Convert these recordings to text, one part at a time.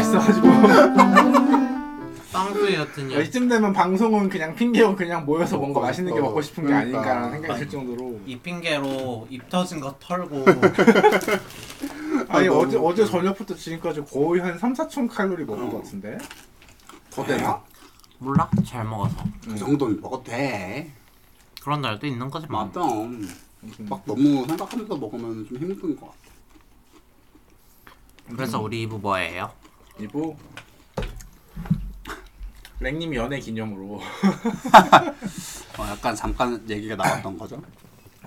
있어가지고 빵꾸였더니 이쯤 되면 방송은 그냥 핑계고 그냥 모여서 뭔가 맛있는 게 어, 먹고 싶은 게 그러니까. 아닌가라는 생각이 들 정도로 이 핑계로 입 터진 거 털고 아니 너무 어제 어제 저녁부터 지금까지 거의 한 3, 4천 칼로리 먹은 것 같은데 더 되나? 몰라 잘 먹어서 그 정도는 먹어도 돼. 그런 날도 있는 거지 뭐. 맞다. 막 너무 생각하면서 먹으면 좀 힘든 것 같아. 그래서 우리 이브 뭐예요? 이부 랭님 연애 기념으로 어, 약간 잠깐 얘기가 나왔던 거죠.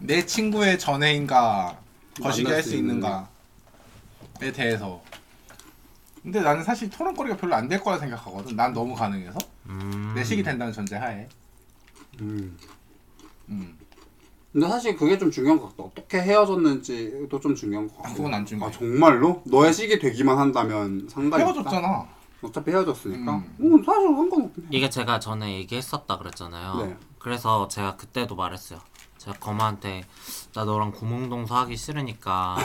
내 친구의 전애인가 거시기 만날 할 수 수 있는가에 대해서 근데 나는 사실 토론거리가 별로 안 될 거라 생각하거든 난 너무 가능해서 음... 네, 내식이 된다는 전제하에 음. 음. 근데 사실 그게 좀 중요한 것 같아. 어떻게 헤어졌는지도 좀 중요한 것 같아. 아, 그건 안 중요해. 아, 정말로? 너의 식이 되기만 한다면 상관이 없다. 헤어졌잖아 어차피 헤어졌으니까. 음. 음. 사실 상관없긴 해. 이게 제가 전에 얘기했었다 그랬잖아요. 네. 그래서 제가 그때도 말했어요. 제가 거마한테 나 너랑 구멍동 사하기 싫으니까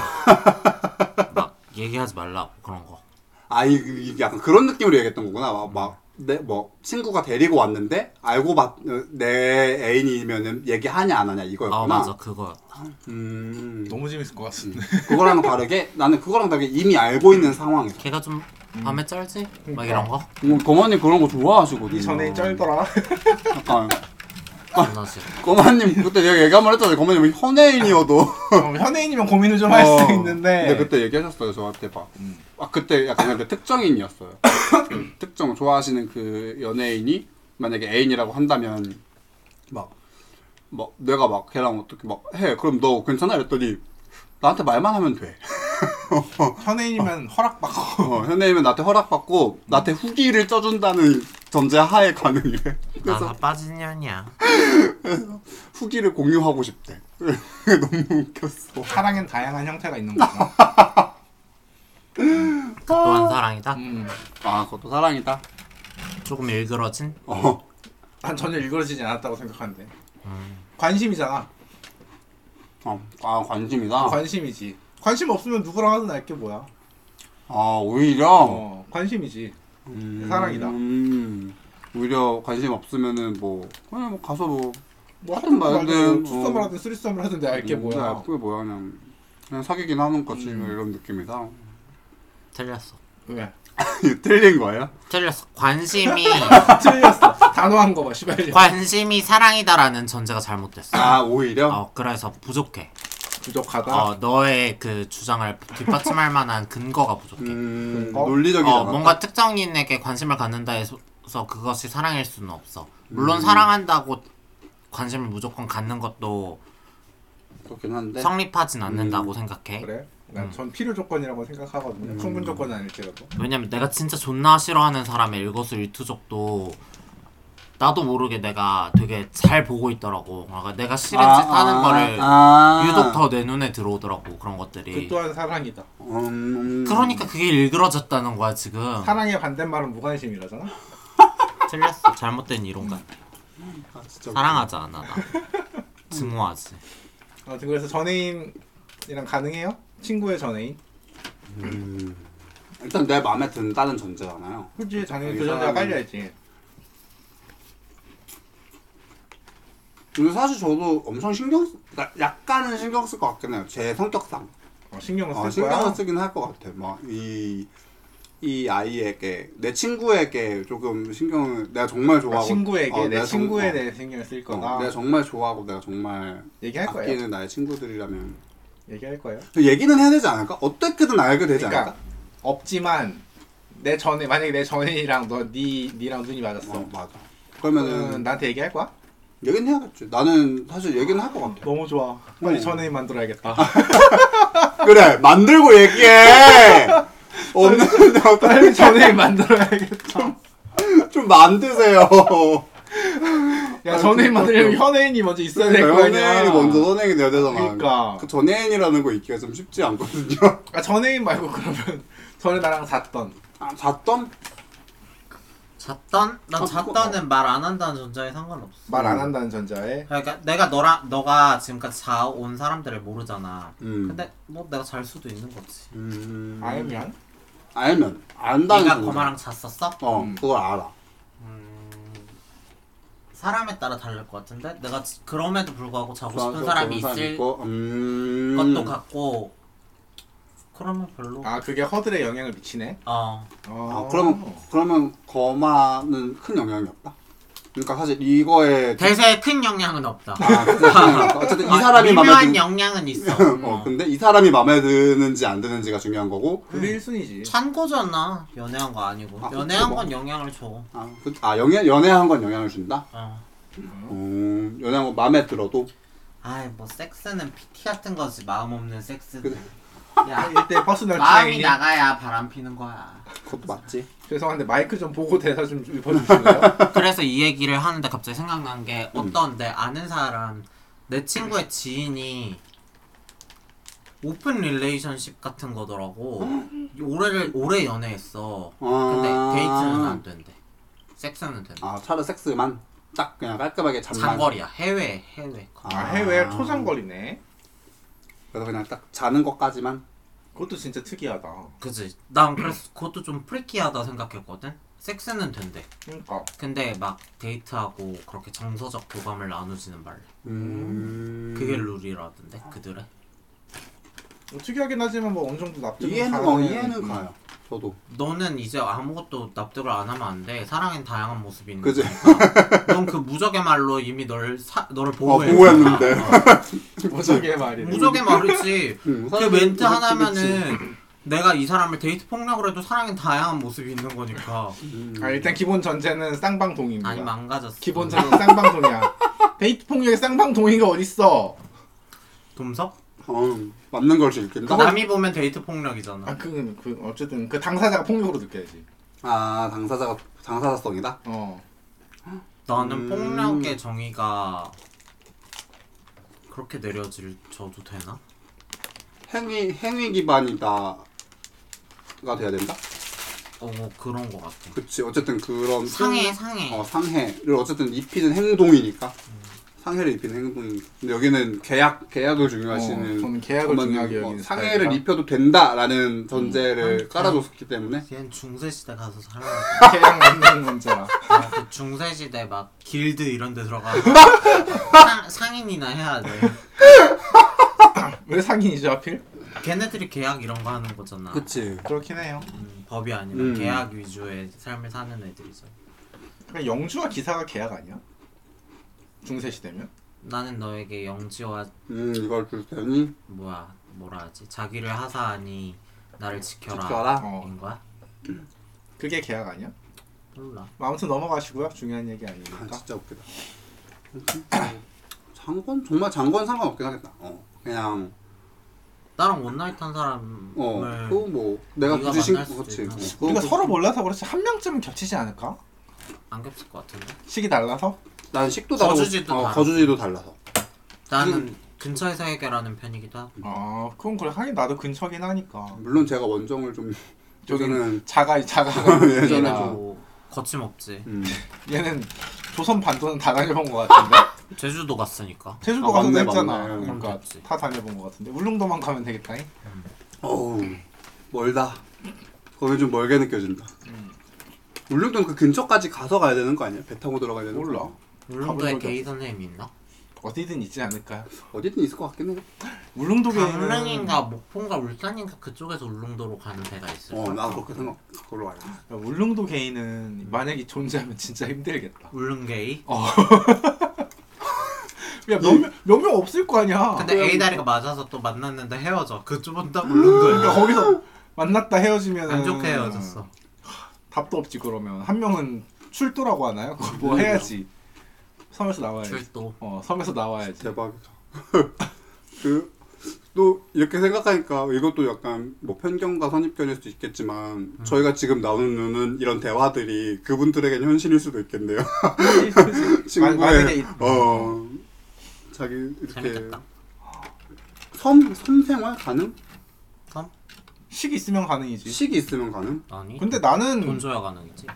막 얘기하지 말라고 그런 거. 아, 이, 이 약간 그런 느낌으로 얘기했던 거구나. 막, 막, 내, 뭐, 친구가 데리고 왔는데, 알고 봤, 어, 내 애인이면은 얘기하냐, 안 하냐, 이거였구나. 아 맞아 그거였다. 음. 너무 재밌을 것 같은데 그거랑 다르게, 나는 그거랑 다르게 이미 알고 있는 상황에서. 걔가 좀 밤에 쩔지? 막 이런 거? 뭐, 거만님 그런 거 좋아하시거든요. 이 전애인 쩔더라 약간. 존나 싫어. 거만님, 그때 내가 얘기 한 번 했잖아요. 거만님 현애인이어도. 그럼 현애인이면 고민을 좀 할 수 어, 있는데 음. 근데 그때 얘기하셨어요 저한테 막. 아 그때 약간 근데 특정인이었어요. 그 특정 좋아하시는 그 연예인이 만약에 애인이라고 한다면 막. 막 내가 막 걔랑 어떻게 막 해 그럼 너 괜찮아 이랬더니 나한테 말만 하면 돼 현애인이면 허락받고 어, 현애이면 나한테 허락받고 나한테 후기를 쪄준다는 전제 하에 가능해 그래서 나다 빠진 년이야. 후기를 공유하고 싶대 너무 웃겼어 사랑엔 다양한 형태가 있는 거죠 또한 사랑이다. 음. 아 그것도 사랑이다 조금 일그러진. 어 난 전혀 일그러지지 않았다고 생각하는데 음. 관심이잖아 아, 아 어. 관심이다. 관심이지 관심 없으면 누구랑 하든 알게 뭐야 아 오히려 어, 관심이지 음, 사랑이다. 음, 오히려 관심 없으면은 뭐 그냥 뭐 가서 뭐 뭐 하든 하든 말든 말든, 투썸을 어. 하든 쓰리썸을 하든 아, 내가 알게 음, 뭐야 그게 뭐야 그냥 그냥 사귀긴 하는 거지 음. 뭐 이런 느낌이다. 틀렸어. 왜? 이거 틀린 거예요? 틀렸어. 관심이 틀렸어 단호한 거봐 시발이 관심이 사랑이다라는 전제가 잘못됐어. 아 오히려 어 그래서 부족해. 부족하다 어 너의 그 주장을 뒷받침할 만한 근거가 부족해. 음, 어? 논리적이다. 어 뭔가 특정인에게 관심을 갖는다 해서 그것이 사랑일 수는 없어. 물론 사랑한다고 관심을 무조건 갖는 것도 그렇긴 한데 성립하진 않는다고 생각해. 그래? 난 전 필요 조건이라고 생각하거든요 충분 조건이 아닐지라도 왜냐면 내가 진짜 존나 싫어하는 사람의 일거수일투족도 나도 모르게 내가 되게 잘 보고 있더라고. 그러니까 내가 싫은 아, 짓 하는 아, 거를 아. 유독 더 내 눈에 들어오더라고 그런 그 것들이. 또한 사랑이다 음, 그러니까 그게 일그러졌다는 거야 지금. 사랑의 반대말은 무관심이라잖아 틀렸어. 잘못된 이론 같아. 아, 진짜 사랑하지 않아 나. 증오하지. 아무튼 그래서 전애인이랑 가능해요? 친구의 전애인? 일단 내 마음에 든다는 전제잖아요. 그치 당연히 아니, 도전자가 사람은- 깔려야지 근데 사실 저도 엄청 신경 쓰, 그러니까 약간은 신경 쓸 것 같긴 해요. 제 성격상. 어, 신경을 쓸 아, 거야 신경을 쓰긴 할 것 같아. 막이이 아이에게 내 친구에게 조금 신경을 내가 정말 아, 좋아하고 친구에게 어, 내 내가 정- 친구에 어, 대해 신경을 쓸 어, 거다 내가 정말 좋아하고 내가 정말 얘기할 거예요 아끼는 나의 친구들이라면 얘기할 거예요 저 얘기는 해야 되지 않을까? 어떻게든 알게 되지 그러니까 않을까? 없지만 내 전에 만약에 내 전애인이랑 너니 니랑 눈이 맞았어 어, 맞아. 그러면 그러면은 나한테 얘기할 거야? 얘기는 해야겠지. 나는 사실 얘기는 할 것 같아. 너무 좋아 빨리 어. 전애인 만들어야겠다 그래 만들고 얘기해. 없는 빨리 전애인 만들어야겠다 좀 만드세요. 야 전애인 만들려면 현애인이 먼저 있어야 될 거 아니야 연예인이 먼저 선행이 돼야 되잖아. 그러니까. 그 전예인이라는 거 있기가 좀 쉽지 않거든요. 아 전애인 말고 그러면 전에 나랑 잤던 아, 잤던? 잤던? 난 어, 잤다는 말 안 한다는 전자에 상관없어. 말 음. 안 한다는 전자에 그러니까 내가 너랑 너가 지금까지 자온 사람들을 모르잖아. 음. 아, 근데 뭐 내가 잘 수도 있는 거지. 음. 아니면 알면 안다는 네가 거잖아. 거마랑 잤었어? 어 음. 그걸 알아. 사람에 따라 다를 것 같은데 내가 지- 그럼에도 불구하고 자고 싶은 좋아하는 사람이 사람 있을 있고, 음. 것도 같고 그러면 별로 아 그게 허들에 영향을 미치네. 어 어. 아, 그러면 그러면 거마는 큰 영향이 없다. 그러니까 사실 이거에 대세에 큰 영향은 없다 아, 아, 그래서 그냥 어쨌든 이 사람이 마음에 미묘한 드... 영향은 있어 어, 어. 근데 이 사람이 마음에 드는지 안 드는지가 중요한 거고. 그게 1순위지. 찬거잖아 연애한 거 아니고 아, 그치, 연애한 뭐. 건 영향을 줘 아, 그, 아 연애 연애한 건 영향을 준다. 어. 음, 연애한 건 마음에 들어도 아이 뭐 섹스는 PT 같은 거지 마음 없는 섹스 그래. 야 이때 버스널 마음이 트레이닝. 나가야 바람 피는 거야 그것도 맞지. 죄송한데 마이크 좀 보고 대사 좀 읊어주실래요? 그래서 이 얘기를 하는데 갑자기 생각난 게 음. 어떤 내 아는 사람 내 친구의 지인이 오픈 릴레이션십 같은 거더라고 올해를 오래 연애했어 근데 아. 데이트는 안 된대 섹스는 된대 아, 차라리 섹스만 딱 그냥 깔끔하게 잠만. 장거리야 해외 해외 아 해외 초장거리네. 그래서 그냥 딱 자는 것까지만. 그것도 진짜 특이하다. 그지 난 그래서 그것도 좀 프리키하다 생각했거든 섹스는 된대 그러니까 근데 막 데이트하고 그렇게 정서적 교감을 나누지는 말래 음. 그게 룰이라던데 그들의 뭐 특이하긴 하지만 뭐 어느 정도 납득. 이해는 어, 이해는 가요. 저도. 너는 이제 아무것도 납득을 안 하면 안 돼. 사랑엔 다양한 모습이 있는 그지. 거니까. 넌그 무적의 말로 이미 널 사, 너를 보호해. 어, 보호했는데. 무적의 말이. 무적의 말이지. 음, 그 멘트 하나면은 내가 이 사람을 데이트 폭력을 해도 사랑엔 다양한 모습이 있는 거니까. 아 일단 기본 전제는 쌍방동입니다. 아니 망가졌어. 기본 전제 아, 쌍방동이야. 데이트 폭력에 쌍방동이가 어딨어? 돔석? 어, 맞는 걸 즐긴다. 그 남이 보면 데이트 폭력이잖아. 아그 그, 어쨌든 그 당사자가 폭력으로 느껴야지. 아 당사자가 당사자성이다. 어. 나는 음. 폭력의 정의가 그렇게 내려질 저도 되나? 행위 행위 기반이다가 돼야 된다. 어 그런 거 같아. 그치 어쨌든 그런 상해 상해. 어 상해를 어쨌든 입히는 행동이니까 상해를 입히는 행동이니까 근데 여기는 계약 계약을 중요하시는 어, 저는 계약을 어머니, 중요하게 뭐 여기는 상해를 스타일이라. 입혀도 된다라는 전제를 음. 깔아줬기 때문에 걘 중세시대 가서 살아야 계약 만드는 문제라. 아, 그 중세시대 막 길드 이런 데 들어가 상, 상인이나 해야 돼. 왜 상인이죠 하필? 걔네들이 계약 이런 거 하는 거잖아. 그치 그렇긴 해요. 음, 법이 아니라 음. 계약 위주의 삶을 사는 애들이죠. 그러니까 영주와 기사가 계약 아니야? 중세 시대면? 나는 너에게 영지와 음 이걸 줄 테니 뭐야 뭐라 하지 자기를 하사하니 나를 지켜라, 지켜라. 어. 인 거야? 그게 계약 아니야? 몰라. 뭐 아무튼 넘어가시고요. 중요한 얘기 아 아니니까. 진짜 웃기다 장건 정말 장건 상관없긴 하겠다 어 그냥 나랑 원나잇 한 사람을 네. 어그 뭐 내가 네가 굳이 만날 신고 수도 그치 있나? 어, 우리가 그거- 그러니까 서로 뭐 몰라서 그렇지 한 명쯤은 겹치지 않을까? 안 겹칠 것 같은데. 식이 달라서? 난 식도 다르고 거주지도 어, 다르고. 거주지도 달라서 나는 근처에서 해결하는 편이기도 음. 하고. 아 그건 그래. 하긴 나도 근처긴 하니까. 물론 제가 원정을 좀 저기는 자가 자가 예전에 아. 얘는 좀 뭐 거침없지. 음. 얘는 조선 반도는 다 다녀본 것 같은데 제주도 갔으니까. 제주도 아, 가서 맞네, 했잖아. 맞네. 그러니까 그렇지. 다 다녀본 것 같은데 울릉도만 가면 되겠다. 어우 멀다. 거기 좀 멀게 느껴진다. 울릉도 그 근처까지 가서 가야 되는 거 아니야? 배 타고 들어가야 되는 거? 몰라. 아니야? 울릉도에 가본 적이 게이 선생님 있나? 어디든 있지 않을까. 어디든 있을 것 같긴 해. 울릉도에 강릉인가 목포인가 울산인가 그쪽에서 울릉도로 가는 배가 있을 어, 거야. 나 그렇게 생각. 그걸로 알아. 야, 울릉도 개인은 만약에 존재하면 진짜 힘들겠다. 울릉게이. 예? 야몇명 없을 거 아니야. 근데 그럼- A 다리가 맞아서 또 만났는데 헤어져. 그쪽은 다 그러니까 울릉도야. 거기서 만났다 음. 헤어지면 안 좋게 헤어졌어. 답도 없지 그러면 한 명은 출두라고 하나요? 그거 뭐 해야지. 섬에서 나와야지. 출도. 어 섬에서 나와야지. 대박이다. 그, 그또 이렇게 생각하니까 이것도 약간 뭐 편견과 선입견일 수도 있겠지만 저희가 지금 나누는 이런 대화들이 그분들에겐 현실일 수도 있겠네요. 그치, 그치. 만- 만약에 친구의 있- 어 자기 이렇게 재밌겠다. 섬 섬생활 가능? 섬? 식이 있으면 가능이지. 식이 있으면 가능? 아니. 근데 나는 돈 줘야 가능이지.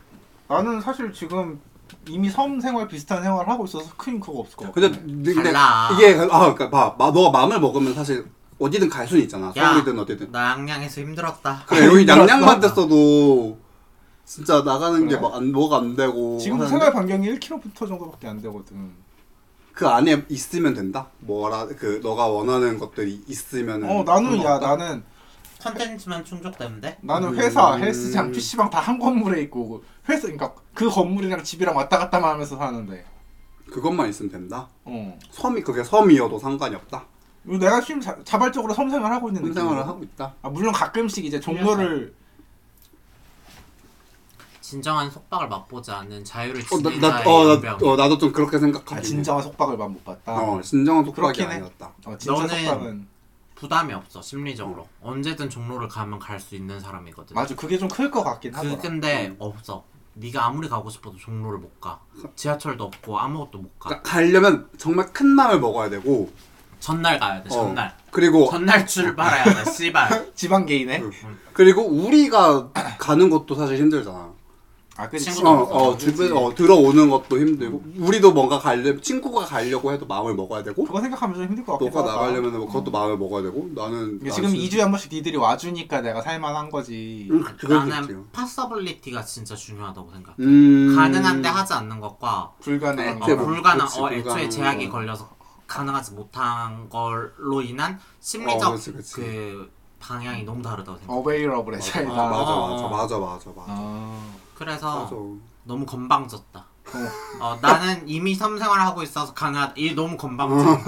나는 사실 지금 이미 섬 생활 비슷한 생활을 하고 있어서 큰 그거 없을 것 같아. 근데, 근데 달라. 이게 아 그러니까 봐, 마, 너가 마음을 먹으면 사실 어디든 갈 수는 있잖아. 야. 서울이든 어디든. 나 양양에서 힘들었다. 그래 여기 힘들었어? 양양만 됐어도 진짜 나가는 게 그래. 막 안 뭐가 안 되고 지금 하는데 생활 반경이 1km 정도밖에 안 되거든. 그 안에 있으면 된다. 뭐라 그 너가 원하는 것들이 있으면 어 나는 야 나는 컨텐츠만 충족되는데? 나는 회사 음. 헬스장 PC방 다 한 건물에 있고 회사 그러니까 그 건물이랑 집이랑 왔다 갔다 하면서 사는데. 그것만 있으면 된다. 어. 섬이 그게 섬이어도 상관이 없다. 그리고 내가 지금 자, 자발적으로 섬생활 하고 있는 섬 느낌. 생활을 하고 있다. 아 물론 가끔씩 이제 종로를 진정한 속박을 맛보지 않는 자유를 어, 나, 지닌 나, 자의 어, 어, 나, 병 어, 나도 좀 그렇게 생각하긴 아, 해. 진정한 속박을만 못 봤다. 어, 진정한 속박이 그렇긴 해. 아니었다. 어, 진짜 너는- 속박은 부담이 없어 심리적으로 언제든 종로를 가면 갈 수 있는 사람이거든. 맞아 그게 좀 클 것 같긴 그 하더라. 근데 없어. 네가 아무리 가고 싶어도 종로를 못 가. 지하철도 없고 아무것도 못 가. 그러니까 가려면 정말 큰 맘을 먹어야 되고 전날 가야 돼. 어, 전날. 그리고 전날 출발해야 돼. 씨발. 지방 개인에 응. 그리고 우리가 가는 것도 사실 힘들잖아. 아 그치 친구도 어, 없어. 어, 주변 어, 들어오는 것도 힘들고 우리도 뭔가 가려 친구가 가려고 해도 마음을 먹어야 되고 그거 생각하면 좀 힘들 것 같기도 너가 하다. 나가려면 뭐 그것도 마음을 먹어야 되고 나는 이게 지금 나는 2주에 한 번씩 니들이 와주니까 내가 살만한 거지. 응, 그건 있지. 나는 파서블리티가 진짜 중요하다고 생각. 해 음. 가능한데 하지 않는 것과 불가능한 네, 어, 거. 뭐, 불가능. 그치, 어, 불가능한 애초에 제약이 거. 걸려서 가능하지 못한 걸로 인한 어, 심리적 그치, 그치. 그 방향이 너무 다르다고 생각. 해 어베이러블의 맞아, 차이다. 맞아, 맞아, 어. 맞아, 맞아, 맞아. 아. 그래서 어, 맞아. 너무 건방졌다. 어, 어, 나는 이미 섬생활을 하고 있어서 강하다. 이 너무 어. 건방져.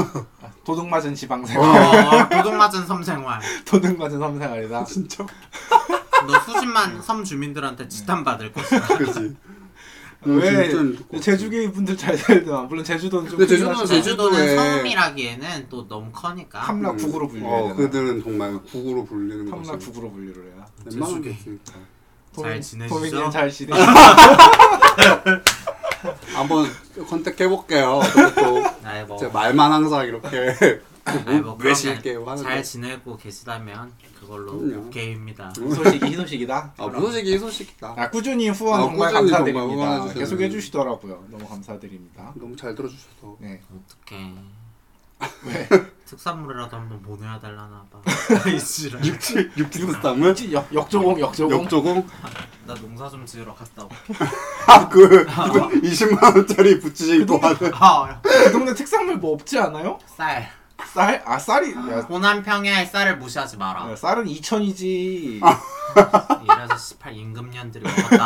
도둑 맞은 지방생활, 어, 도둑 맞은 섬생활. 도둑 맞은 섬생활이다. 아, 진짜. 너 수십만 음. 섬 주민들한테 지탄받을 것이다. 그렇지. 왜 음, 진짜 제주계 분들 잘 살더만. 물론 제주도는 좀 근데 크긴 제주도는 하지만 제주도는 그래. 섬이라기에는 또 너무 커니까. 함락 국으로 분류해야 어, 되나? 그들은 정말 국으로 불리는 거지. 함락국으로 분류를 해야. 웬만한 게 제주계. 있으니까. 잘 지내시죠? 도민님 잘 지내. 한번 컨택해 볼게요. 또 아이 뭐, 제 말만 항상 이렇게 아이 뭐 왜 그런 실게요 게- 하는데. 잘 지내고 계시다면 그걸로 그럼요. 게입니다. 소식이 희소식이다. 아, 무소식이 소식이다. 아, 꾸준히 후원 아, 정말 꾸준히 정말 감사드립니다. 후원해주셔서. 계속 해주시더라고요. 너무 감사드립니다. 너무 잘 들어주셔서. 네. 어떡해. 왜? 특산물이라도 한번 보내야 될라나 봐. 이씨라. 육지스담은 역, 역조공, 역조공. 역조공 나 농사 좀 지으러 갔다 올게. 아그 20만 원짜리 붙이시고 하는 아, 그 동네 특산물 뭐 없지 않아요? 쌀. 쌀? 아, 쌀이. 야, 호남 평야의 쌀을 무시하지 마라. 아. 야, 쌀은 2천이지. 이래서 18 임금년들이 먹었다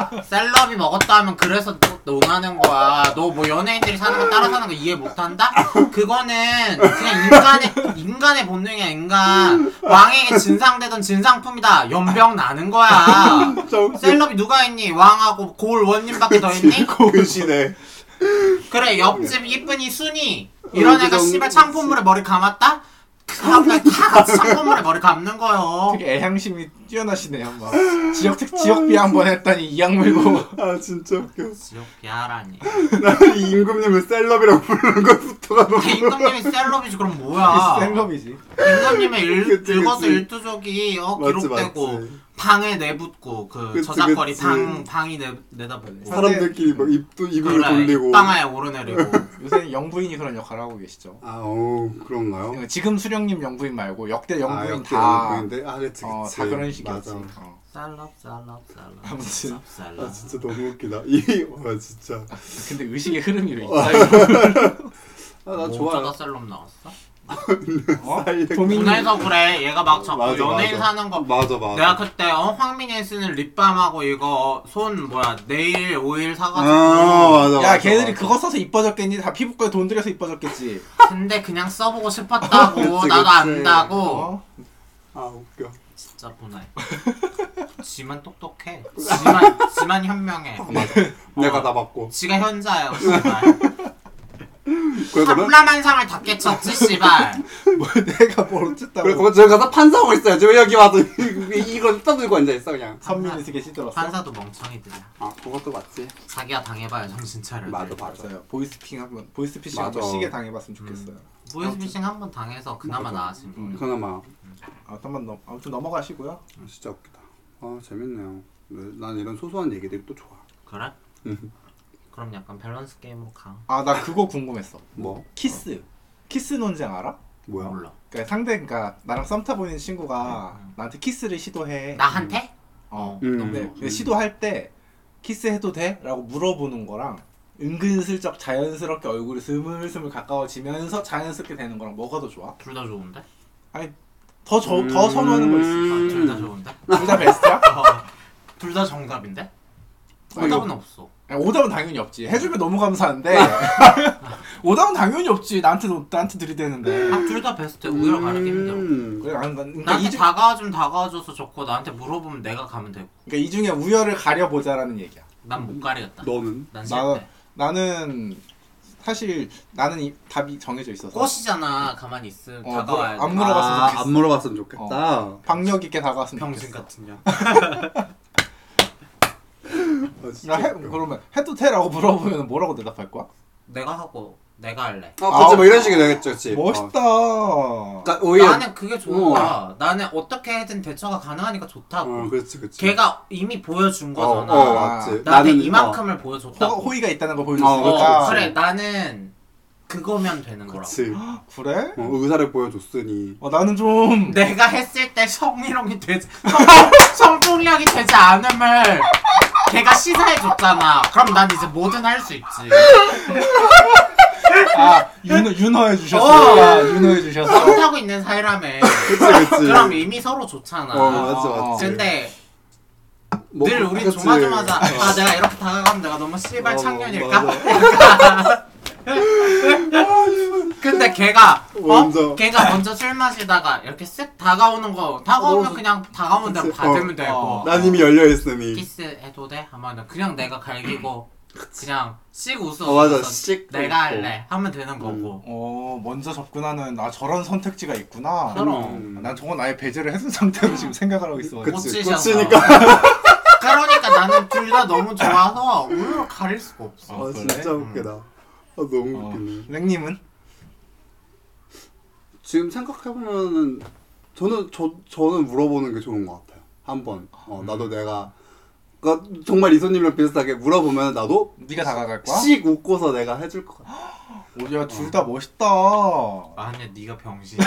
하면 셀럽이 먹었다 하면 그래서 또 논하는 거야 너 뭐 연예인들이 사는 거 따라 사는 거 이해 못한다? 그거는 그냥 인간의 인간의 본능이야 인간 왕에게 진상되던 진상품이다 연병 나는 거야 셀럽이 누가 있니? 왕하고 고을 원님밖에 더 있니? 그 고시네. 그래 옆집 이쁜이 순이 이런 어, 애가 그럼- 씨발 창품물에 머리 감았다? 그냥 다 같이 창품물에 머리 감는 거요 되게 애향심이 뛰어나시네요. 막. 지역 특, 지역 비하 한번 했다니 이 약물고. 아 진짜 웃겨. 지옥 비하라니 나이 임금님을 셀럽이라고 부르는 것부터가 너무. 임금님이 셀럽이지 그럼 아. 뭐야? 생검이지. 임금님의 일, 그치, 일거수 그치. 일투족이 어 맞지, 기록되고 맞지. 방에 내붙고 그 그치, 저작거리 그치. 방 방이 내 내다보고 사람들끼리 막 입도 입을 돌리고. 땅에 오르내리고 요새 영부인이 그런 역할을 하고 계시죠. 아, 오 그런가요? 지금 수령님 영부인 말고 역대 영부인 아, 역대 다. 영부인데? 아, 그치, 그치. 어, 다 그런 식이었지. 맞아. 어. 쌀럽 쌀럽 쌀럽 아무튼. 쌀럽, 아, 쌀럽 진짜 너무 웃기다. 이, 와, 진짜. 근데 의식의 흐름이 왜 있다, 아, 나 뭐 좋아요. 음. 어쩌다 셀럽 나왔어? 이거. 어? 사이드 도민이 분해서 그래 얘가 막 자꾸 맞아, 연예인 맞아. 사는 거 맞아, 맞아. 내가 그때 어 황민혜 쓰는 립밤하고 이거 어, 손 뭐야 네일 오일 아, 사가지고 맞아, 맞아. 야, 걔들이 맞아. 그거 써서 이뻐졌겠니? 다 피부과에 돈 들여서 이뻐졌겠지. 근데 그냥 써보고 싶었다고 그치, 나도 그치. 안다고 어? 아, 웃겨. 진짜 보나요 지만 똑똑해 지만 지만 현명해 내가 다 받고. 지가 현자예요 씨발 아, 그러면, 삼라만상을 다 깨쳤지 씨발 뭐 내가 뭘 어쨌다고. 그래, 그거 저기 가서 판사하고 있어야지. 왜 여기 와서 이- 이걸 떠들고 앉아있어, 그냥. 선민이 쓰게 시들었어. 판사도 멍청이들이야 아, 그것도 맞지. 자기가 당해봐야 정신 차려 맞아, 맞아. 맞아요. 보이스피싱 한번 보이스피싱 한번 맞아. 음. 시계 당해봤으면 좋겠어요. 보이스피싱 한 번 당해서 그나마 맞아. 음. 나아진 거예요 그나마. 아, 한번 넘 아무튼 넘어가시고요. 아, 진짜 웃기다. 아, 재밌네요. 난 이런 소소한 얘기들이 또 좋아. 그래? 음. 그럼 약간 밸런스 게임으로 가 아, 나 그거 궁금했어. 뭐? 키스. 키스 논쟁 알아? 뭐야? 몰라. 그러니까 상대 그러니까 나랑 썸 타보는 친구가 나한테 키스를 시도해. 나한테? 어. 음. 근데 그 음. 시도할 때 키스해도 돼? 라고 물어보는 거랑 은근슬쩍 자연스럽게 얼굴이 스물스물 가까워지면서 자연스럽게 되는 거랑 뭐가 더 좋아? 둘 다 좋은데? 더, 저, 더 선호하는 거 있어. 아, 둘 다 음. 좋은데? 어. 둘 다 베스트야? 둘 다 정답인데? 아, 정답은 없어. 아니, 오답은 당연히 없지. 해주면 너무 네. 감사한데 오답은 당연히 없지. 나한테 나한테 들이대는데. 아, 둘 다 베스트야. 우열 가리기 힘들어. 음. 그래 안 그러니까 이, 나한테 중, 다가와주면 다가와줘서 좋고 나한테 물어보면 내가 가면 되고. 그러니까 이 중에 우열을 가려보자라는 얘기야. 난 못 가리겠다. 너는? 나난 싫대. 나는 사실 나는 이 답이 정해져 있어서 꽃이잖아. 가만히 있으면 어, 다가와야 뭐, 안 물어- 돼. 물어봤으면 아, 좋겠어. 안 물어봤으면 좋겠다. 박력 있게 다가왔으면 병신 좋겠어. 같은 년. 아, 나 진짜 해, 웃겨. 그러면 해도 돼라고 물어보면 뭐라고 대답할 거야? 내가 하고 내가 할래. 아, 그치, 아우. 뭐 이런 식으로 되겠지, 그치. 네, 어. 멋있다. 아. 그러니까 오히려. 나는 그게 좋은 어. 거야. 나는 어떻게든 대처가 가능하니까 좋다고. 어, 그렇지, 그렇지. 걔가 이미 보여준 어, 거잖아. 어, 맞지. 나한테 나는, 이만큼을 호, 보여줬다고. 호의가 있다는 걸 어, 보여줬으니까. 그렇지. 그래 나는 그거면 되는 어, 거라고. 그렇지. 그래? 어, 의사를 보여줬으니. 어, 나는 좀 내가 했을 때 성희롱이 되지 성- 성폭력이 되지 않음을 걔가 시사해줬잖아. 그럼 난 이제 뭐든 할 수 있지. 아, 윤호 윤호해 어. 주셨으니까 윤호해 주셨어. 성타고 있는 사이라며. 그치, 그치. 그럼 이미 서로 좋잖아. 어, 맞지, 어, 맞지. 근데 뭐, 늘 우리 그치. 조마조마자 아 내가 이렇게 다가가면 내가 너무 씨발 어, 창년일까? 맞아. 근데 걔가 어? 먼저. 걔가 먼저 술 마시다가 이렇게 쓱 다가오는 거 다가오면 너무 그냥 다가오는 대로 어, 그치. 받으면 어. 되고 어. 난 이미 열려있으니. 키스해도 돼? 하면은 그냥 내가 갈기고 그냥 씩 웃어 어, 맞아. 웃어서 씩 내가 웃고. 음. 할래 하면 되는 거고 어, 먼저 접근하는 아 저런 선택지가 있구나. 그럼. 음, 난 저건 아예 배제를 해준 상태로 지금 생각을 하고 있어. 그치, 꽃이잖아. 꽃이니까. 그러니까 나는 둘 다 너무 좋아서 오히려 가릴 수가 없어 어, 아, 그래? 진짜 웃기다. 아, 너무 어, 웃기네. 랭님은 지금 생각해보면은 저는 저 저는 물어보는 게 좋은 것 같아요. 한번 어, 나도 내가 그러니까 정말 이소님이랑 비슷하게 물어보면 나도 네가 다가갈 거야? 씩 웃고서 내가 해줄 것 같아. 어. 오야 둘 다 멋있다. 아니야 네가 병신이야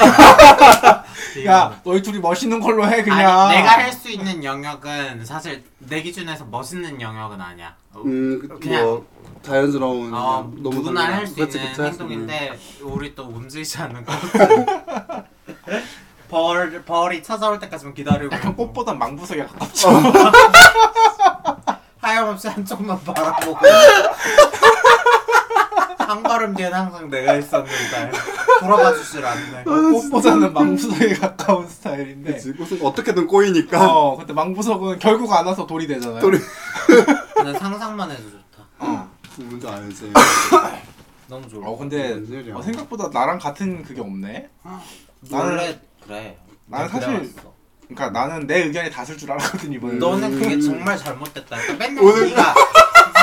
야 너희 둘이 멋있는 걸로 해 그냥. 네. 아니, 내가 할 수 있는 영역은 사실 내 기준에서 멋있는 영역은 아니야. 어, 음, 그, 그냥- 뭐 자연스러운 어, 그냥 누구나 당연한- 할 수 그치, 있는 그치, 할수 행동인데 우리 또 움직이지 않는 거. 벌 벌이 찾아올 때까지만 기다리고 약간 있고, 꽃보단 망부석에 아, 가깝지. 하염없이 한쪽만 바라보고 한 걸음 뒤엔 항상 내가 있었는데 돌아봐 주질 않네. 꽃보다는 망부석에 가까운 스타일인데. 그치, 무슨 어떻게든 꼬이니까 어, 근데 망부석은 결국 안 와서 돌이 되잖아요. 돌이- 그냥 상상만 해도 좋다. 어. 뭔지 알지. 너무 좋아. 어, 근데 무슨 일이야. 어, 생각보다 나랑 같은 그게 없네. 원래 그래. 나는 사실- 그래왔어. 그러니까 나는 내 의견이 다쓸 줄 알았거든 이번에. 너는 음. 그게 정말 잘못됐다. 그러니까 맨날 오늘- 네가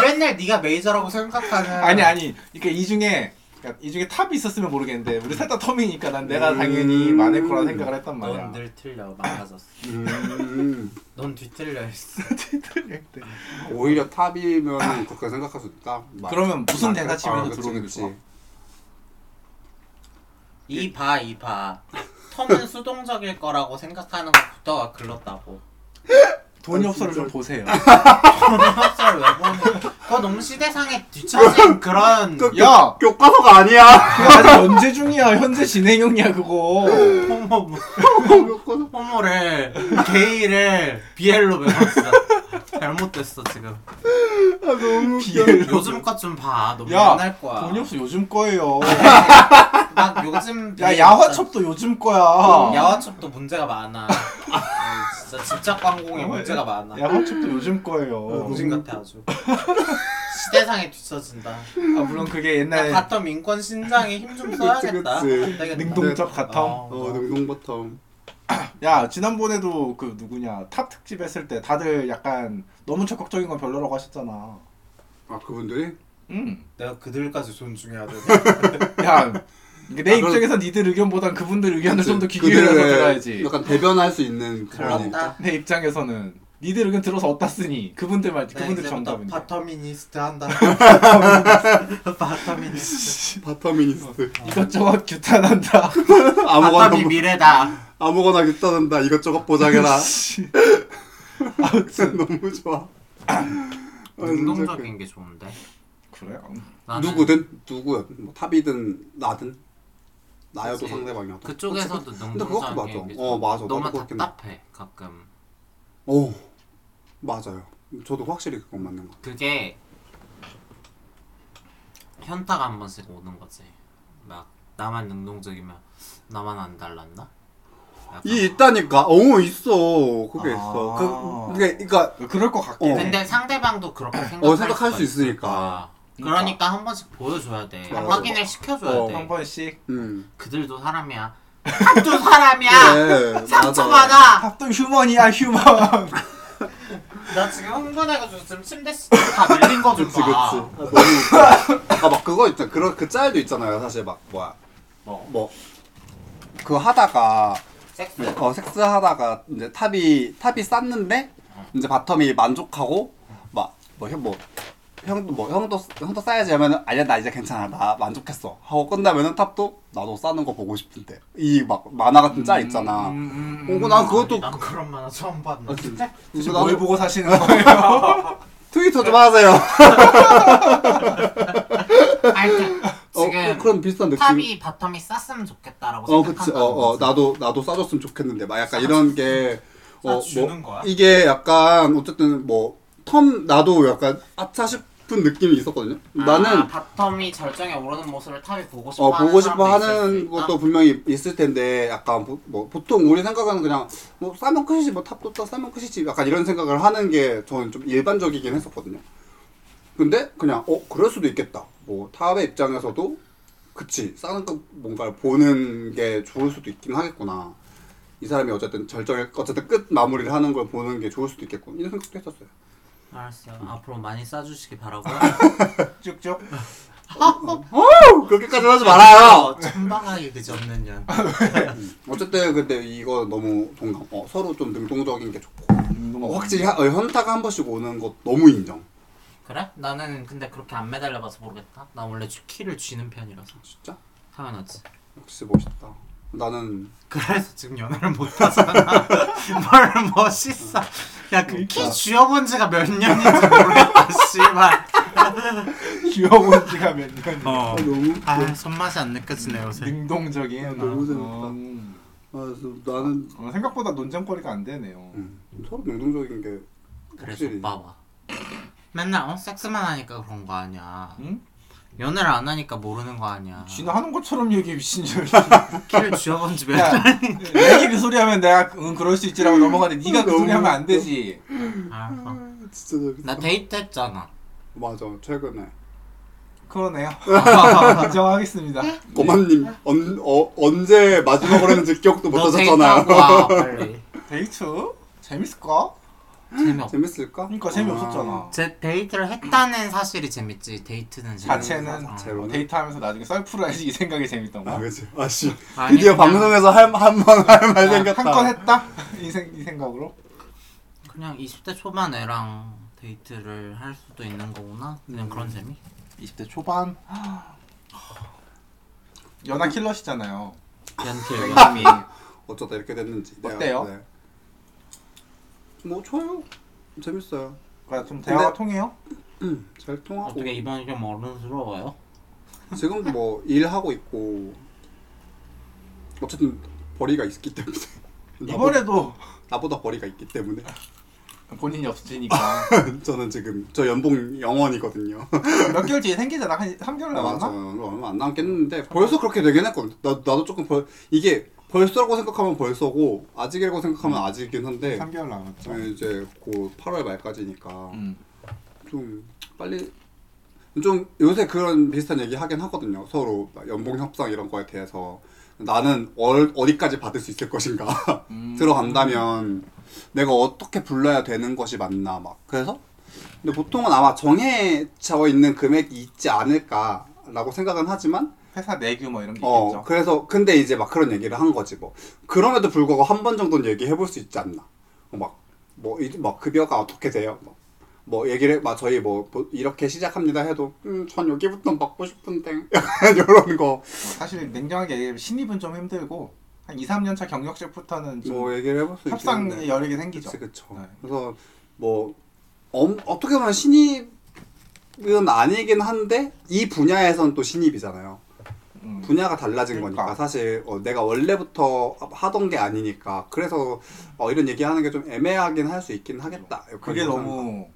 맨날 네가 메이저라고 생각하는 아니 아니. 그러니까 이 중에 그러니까 이 중에 탑이 있었으면 모르겠는데 우리 셋 다 텀이니까 난 내가 음. 당연히 많을 거라 생각을 했단 넌 말이야. 늘 틀려 망가졌어. 음, 넌 뒤틀려 했어. 오히려 탑이면 그렇게 생각할 수 있다. 맞- 그러면 무슨 맞- 대사 치면서 아, 그치, 들어오는 게 그치. 좋아? 이봐 이봐. 텀은 수동적일 거라고 생각하는 것부터가 글렀다고. 돈이 아, 없어를 좀 진짜. 보세요. 헛소리 왜 보는? 그거 너무 시대상에 뒤처진 그런 그- 야, 교과서가 아니야. 그거 아직 언제 중이야? 현재 진행형이야 그거. 호모 교과서 호모를 게이를 비엘로 배웠어. 잘못됐어 지금. 아, 너무 웃겨. 비엘. 요즘 것 좀 봐 너무 야, 옛날 거야. 돈이 없어 요즘 거예요. 막 요즘 야 비엘 야화첩도 요즘 거야. 야화첩도 문제가 많아. 아, 진짜 집착 광공에 어, 문제가 많아. 야화첩도 요즘 거예요. 정신 같아 아주. 시대상에 뒤처진다. 아 물론 그게 옛날에 나 바텀 인권 신장에 힘 좀 써야겠다. 네. 그치, 안 되겠다. 능동적 같아. 어, 어, 능동버텀. 야 지난번에도 그 누구냐 탑 특집 했을 때 다들 약간 너무 적극적인 건 별로라고 하셨잖아. 아, 그분들이? 음. 내가 그들까지 존중해야 돼. 야 이게 내 아, 그럼- 입장에서 니들 의견보단 그분들 의견을 좀 더 그들의 기기울여서 들어야지. 약간 대변할 수 있는 그런 그렇다. 내 입장에서는 니들 의견 들어서 어디다 쓰니 그분들 말 그분들 이 이제부터 정답인데 바터미니스트 한다. 바터미니스트. 바타미니스트 아, 이것저것 규탄한다 아무거나 뭐. 어, 바텀이 미래다. 아무거나 규탄한다 이것저것 보장해라 씨. 너무 좋아 아, 진짜 능동적인 게 좋은데. 그래요? 그- 나는 누구든 누구든 뭐 탑이든 나든 나여도 그치. 상대방이어도 그쪽에서도 근데 그것도 맞아. 능동적인 게 좋아. 어 맞아. 너무 나도 그렇긴 해. 답답해 가끔. 오 맞아요. 저도 확실히 그건 맞는 거. 그게 현타가 한 번씩 오는 거지. 막 나만 능동적이면 나만 안 달랐나? 약간. 이 있다니까. 어 있어. 그게 아. 있어. 그 그게 그러니까 그럴 것 네. 같긴 어. 해 근데 상대방도 그렇게 생각할, 생각할 수가 수 있으니까. 그러니까, 한 번씩 보여줘야 돼. 맞아. 확인을 시켜줘야 어. 돼. 한 번씩 음. 그들도 사람이야. 각도 사람이야. 그래, 네. 맞아. 상처받아. 밥도 휴먼이야 휴먼 나 지금 흥분해가지고 지금 침대 다 밀린 거 좀 그치 그치. 봐. 아, 너무 웃겨. 아막 그거 있잖아. 그런 그 짤도 있잖아요. 사실 막 뭐야 뭐 뭐. 그거 하다가 네. 섹스. 어 섹스 하다가 이제 탑이 탑이 쌌는데 이제 바텀이 만족하고 막뭐형뭐 형도 뭐 형도 형도 싸야지 하면은 아니야 나 이제 괜찮아 나 만족했어 하고 끝나면은 탑도 나도 싸는 거 보고 싶은데 이 막 만화 같은 짤 있잖아. 음, 어, 난 그것도 아니, 난 그런 만화 처음 봤네. 아, 진짜? 지금 나도 뭘 보고 사시는 거예요? 트위터 좀 하세요. 알지? 어, 그러니까 지금 어, 그런 비슷한 느낌. 탑이 바텀이 쌌으면 좋겠다라고 어 그치 생각한다. 어, 어 나도 나도 싸줬으면 좋겠는데 막 약간 이런 게 어, 싸주는 거야? 이게 약간 어쨌든 뭐 텀 나도 약간 아차 싶은 느낌이 있었거든요. 나는 아, 바텀이 절정에 오르는 모습을 탑이 보고 싶어 어 하는 보고 싶어 사람도 있을 하는 수 있다. 것도 분명히 있을 텐데 약간 보, 뭐 보통 우리 생각은 그냥 뭐 싸면 끝이지 뭐 탑도 떠 싸면 끝이지 약간 이런 생각을 하는 게 저는 좀 일반적이긴 했었거든요. 근데 그냥 어 그럴 수도 있겠다. 뭐 탑의 입장에서도 그치 싸는 거 뭔가를 보는 게 좋을 수도 있긴 하겠구나. 이 사람이 어쨌든 절정에 어쨌든 끝 마무리를 하는 걸 보는 게 좋을 수도 있겠군 이런 생각도 했었어요. 알았어요. 앞으로 많이 싸주시기 바라고요. 쭉쭉 오 그렇게까지 하지 말아요. 어, 천방하게 그지 없는 년. 음, 어쨌든 근데 이거 너무 동감. 어, 서로 좀 능동적인 게 좋고. 운동 어, 확실히 하, 어, 현타가 한 번씩 오는 것 너무 인정. 그래? 나는 근데 그렇게 안 매달려봐서 모르겠다. 나 원래 주- 키를 쥐는 편이라서 진짜 당연하지. 역시 멋있다. 나는 그래서 지금 연애를 못하잖아. 뭘 멋있어. 야 그러니까. 그 키 쥐어본 지가 몇 년인지 모르겠다. 씨발. 귀여운 지가 몇 년이야 아, 어. 너무 아 손맛이 안 느껴지네 음, 요새. 능동적인 네, 너무 아, 재밌다. 음. 아, 저- 나는 어, 생각보다 논쟁거리가 안 되네요 음, 서로 능동적인 게 그래서 확실히. 봐봐. 맨날 어 섹스만 하니까 그런 거 아니야. 응? 연애를 안 하니까 모르는 거 아니야. 쥐는 하는 것처럼 얘기해 미친년이 키를 쥐어본 지몇 야, 년. 내게 그 소리 하면 내가 응 그럴 수 음. 있지라고 넘어가는데 네가 그 소리 하면 안 되지 아, 알았어. 진짜 재밌다. 나 데이트했잖아. 맞아 최근에 그러네요 인정하겠습니다 고만님 언, 어, 언제 마지막으로 했는지 기억도 못 너 하셨잖아요. 데이트하고 와 빨리. 데이트 재밌을까? 재미없. 재밌을까? 그러니까 재미없었잖아 제 데이트를 했다는 사실이 재밌지 데이트는 자체는 재미없어. 자체로는? 데이트하면서 나중에 썰프를 하지 이 생각이 재밌던 아, 거야 그치. 아씨. 아니, 드디어 그냥- 방송에서 할한번할말 생겼다. 아, 한 건 했다? 이, 생, 이 생각으로? 그냥 20대 초반 애랑 데이트를 할 수도 있는 거구나 그냥 그런 재미 20대 초반 연하 킬러시잖아요 연필 이미 어쩌다 이렇게 됐는지. 어때요? 네. 뭐 좋아요. 재밌어요. 그러니까 좀 대화가 근데- 통해요? 음, 잘 통하고. 어떻게 이번이 좀 어른스러워요? 지금도 뭐 일하고 있고 어쨌든 벌이가 있기 때문에 나보다, 이번에도 나보다 벌이가 있기 때문에 본인이 없으니까 저는 지금 저 연봉 영원이거든요. 몇 개월 뒤에 생기잖아 한 3개월 맞아. 남았나? 얼마 안 남겠는데 벌써 그렇게 되긴 했거든. 나 나도 조금 벌 이게 벌써라고 생각하면 벌써고 아직이라고 생각하면 아직이긴 한데 네, 3개월 남았죠 이제 곧 8월 말까지니까 네. 음. 좀 빨리 좀 요새 그런 비슷한 얘기 하긴 하거든요. 서로 막 연봉 협상 이런 거에 대해서 나는 얼, 어디까지 받을 수 있을 것인가 음. 들어간다면 내가 어떻게 불러야 되는 것이 맞나 막 그래서 근데 보통은 아마 정해져 있는 금액이 있지 않을까라고 생각은 하지만 회사 내규 뭐 이런 게 어 있겠죠 그래서 근데 이제 막 그런 얘기를 한 거지 뭐 그럼에도 불구하고 한 번 정도는 얘기해 볼 수 있지 않나 어, 막 뭐막 급여가 어떻게 돼요? 뭐, 뭐 얘기를 막 저희 뭐 보- 이렇게 시작합니다 해도 음, 전 여기부터 받고 싶은데 약간 이런 거 뭐 사실 냉정하게 얘기하면 신입은 좀 힘들고 한 2, 3년 차 경력직부터는 좀뭐 얘기를 해볼 수 있겠는데. 음, 협상의 여력이 생기죠. 그치, 그쵸. 네. 그래서 뭐 엄, 어떻게 보면 신입은 아니긴 한데 이 분야에선 또 신입이잖아요. 음. 분야가 달라진 그러니까. 거니까 사실 어, 내가 원래부터 하던 게 아니니까 그래서 어, 이런 얘기하는 게 좀 애매하긴 할 수 있긴 하겠다. 약간 그게 이런 너무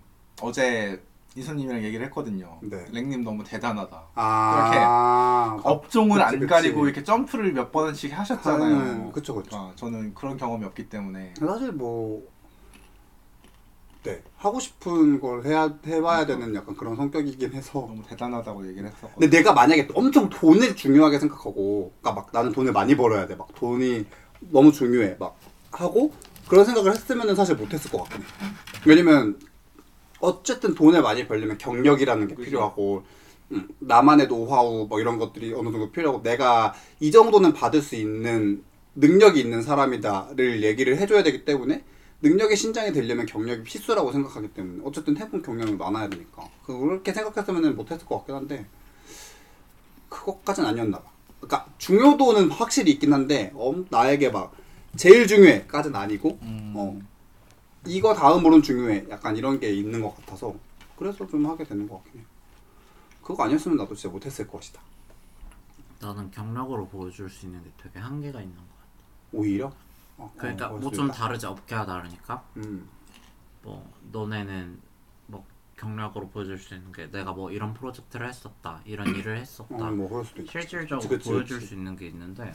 어제 이수님이랑 얘기를 했거든요. 네. 랭님 너무 대단하다. 아 업종을 그치, 안 그치. 가리고 이렇게 점프를 몇 번씩 하셨잖아요. 그러니까. 하는- 그쵸, 그쵸. 아, 저는 그런 경험이 없기 때문에 사실 뭐 네, 하고 싶은 걸 해야 그러니까. 해봐야 되는 약간 그런 성격이긴 해서 너무 대단하다고 얘기를 했었거든요. 근데 내가 만약에 엄청 돈을 중요하게 생각하고, 그러니까 막 나는 돈을 많이 벌어야 돼, 막 돈이 너무 중요해, 막 하고 그런 생각을 했으면은 사실 못했을 것 같긴 해. 왜냐면 어쨌든 돈을 많이 벌려면 경력이라는 게 그죠. 필요하고 음, 나만의 노하우 뭐 이런 것들이 어느 정도 필요하고 내가 이 정도는 받을 수 있는 능력이 있는 사람이다를 얘기를 해줘야 되기 때문에 능력의 신장이 되려면 경력이 필수라고 생각하기 때문에 어쨌든 해본 경력이 많아야 되니까 그렇게 생각했으면 못했을 것 같긴 한데 그것까진 아니었나 봐. 그러니까 중요도는 확실히 있긴 한데 엄- 나에게 막 제일 중요해까진 아니고 음. 어, 이거 다음으로는 중요해. 약간 이런 게 있는 것 같아서 그래서 좀 하게 되는 것 같긴 해. 그거 아니었으면 나도 진짜 못했을 것이다. 나는 경력으로 보여줄 수 있는 게 되게 한계가 있는 것 같아. 오히려. 어, 그러니까 어, 뭐 좀 그럴 수 있다. 다르지 업계가 다르니까 음. 뭐 너네는 뭐 경력으로 보여줄 수 있는 게 내가 뭐 이런 프로젝트를 했었다 이런 일을 어, 했었다 뭐 그럴 수도 있지. 실질적으로 그치, 보여줄 그치. 수 있는 게 있는데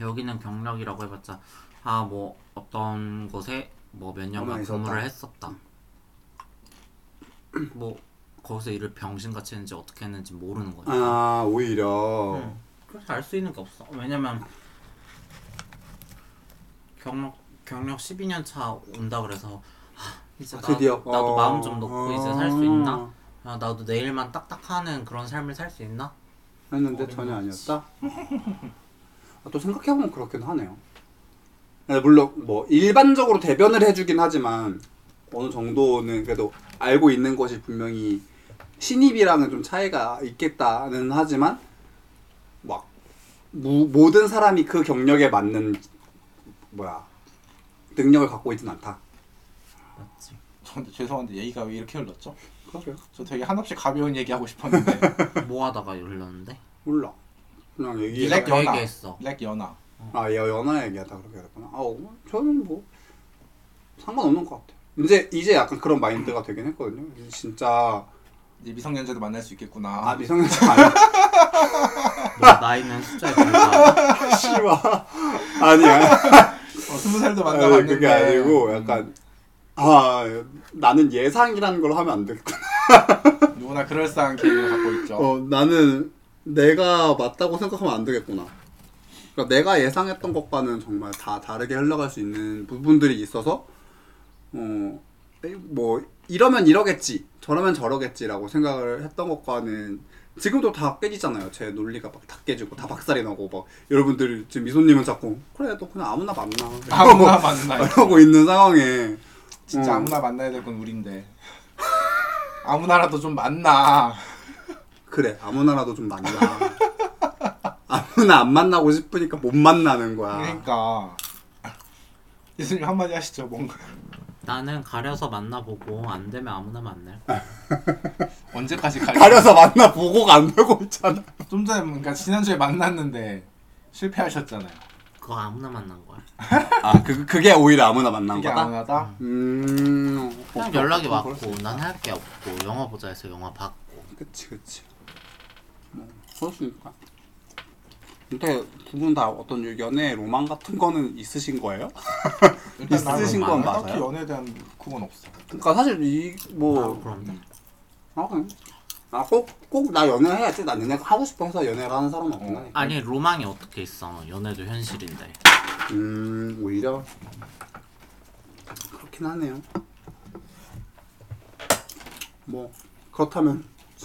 여기는 경력이라고 해봤자 아 뭐 어떤 곳에 뭐 몇 얼마나 년간 있었다. 근무를 했었다 뭐 거기서 일을 병신같이 했는지 어떻게 했는지 모르는 거야 아 오히려. 응. 그래서 알 수 있는 게 없어. 왜냐면 경력 경력 12년 차 온다 그래서 하, 이제 아, 나도, 드디어 나도 어. 마음 좀 놓고 이제 살 수 아. 있나? 아, 나도 내일만 딱딱하는 그런 삶을 살 수 있나? 했는데 어린 전혀 거지. 아니었다. 아, 또 생각해보면 그렇긴 하네요. 네, 물론 뭐 일반적으로 대변을 해주긴 하지만 어느 정도는 그래도 알고 있는 것이 분명히 신입이랑은 좀 차이가 있겠다는 하지만 막 무- 모든 사람이 그 경력에 맞는 뭐야 능력을 갖고 있진 않다. 맞지. 저한테 죄송한데 얘기가 왜 이렇게 흘렀죠? 그래요? 저 되게 한없이 가벼운 얘기하고 싶었는데 뭐 하다가 흘렀는데? 몰라. 그냥 얘기. 일렉 그 연하 얘기했어. 일렉 연하 아, 여, 연하 얘기하다 그렇게 그랬구나. 아, 어, 저는 뭐 상관없는 것 같아요. 이제 이제 약간 그런 마인드가 되긴 했거든요. 진짜 이제 미성년자도 만날 수 있겠구나 아 미성년자 아니야. 너 뭐, 나이는 숫자에 불과. 씨발. 아니야. 어, 스무 살도 아니, 만나봤는데 음. 그게 아니고 약간 아 나는 예상이라는 걸 하면 안 되겠다. 음, 누구나 그럴싸한 계획을 갖고 있죠 어 나는 내가 맞다고 생각하면 안 되겠구나. 그러니까 내가 예상했던 것과는 정말 다 다르게 흘러갈 수 있는 부분들이 있어서 어, 에이, 뭐 이러면 이러겠지, 저러면 저러겠지라고 생각을 했던 것과는 지금도 다 깨지잖아요. 제 논리가 막 다 깨지고 다 박살이 나고 막 여러분들 지금 미소님은 자꾸 그래 너 그냥 아무나 만나 아무나 만나 이러고 있는 상황에 진짜 어. 아무나 만나야 될 건 우린데 아무나라도 좀 만나 그래 아무나라도 좀 만나 아무나 안 만나고 싶으니까 못 만나는 거야. 그러니까 예수님 한마디 하시죠 뭔가 나는 가려서 만나보고 안 되면 아무나 만날 거야. 언제까지 갈까 가려서 만나 보고가 안 되고 있잖아. 좀 전에 그러니까 지난주에 만났는데 실패하셨잖아요 그거 아무나 만난 거야. 아, 그, 그게 오히려 아무나 만난 이게 거다? 아무나다 음. 그냥 오케이, 연락이 오케이, 그럴 수 왔고 있다. 난 할 게 없고 영화 보자 해서 영화 봤고 그치, 그치. 뭐, 그럴 수 있을까? 근데 두 분 다 어떤 연애 로망 같은 거는 있으신 거예요? 일단 나는 있으신 건 막 딱히 맞아요? 연애에 대한 그건 없어 그러니까 사실 이, 아, 뭐, 그런데 아, 그냥. 아, 꼭, 꼭 나 연애해야지. 난 연애 하고 싶어 해서 연애를 하는 사람은 없긴 하니까. 아니 로망이 어떻게 있어 연애도 현실인데 음, 오히려. 그렇긴 하네요. 뭐, 그렇다면.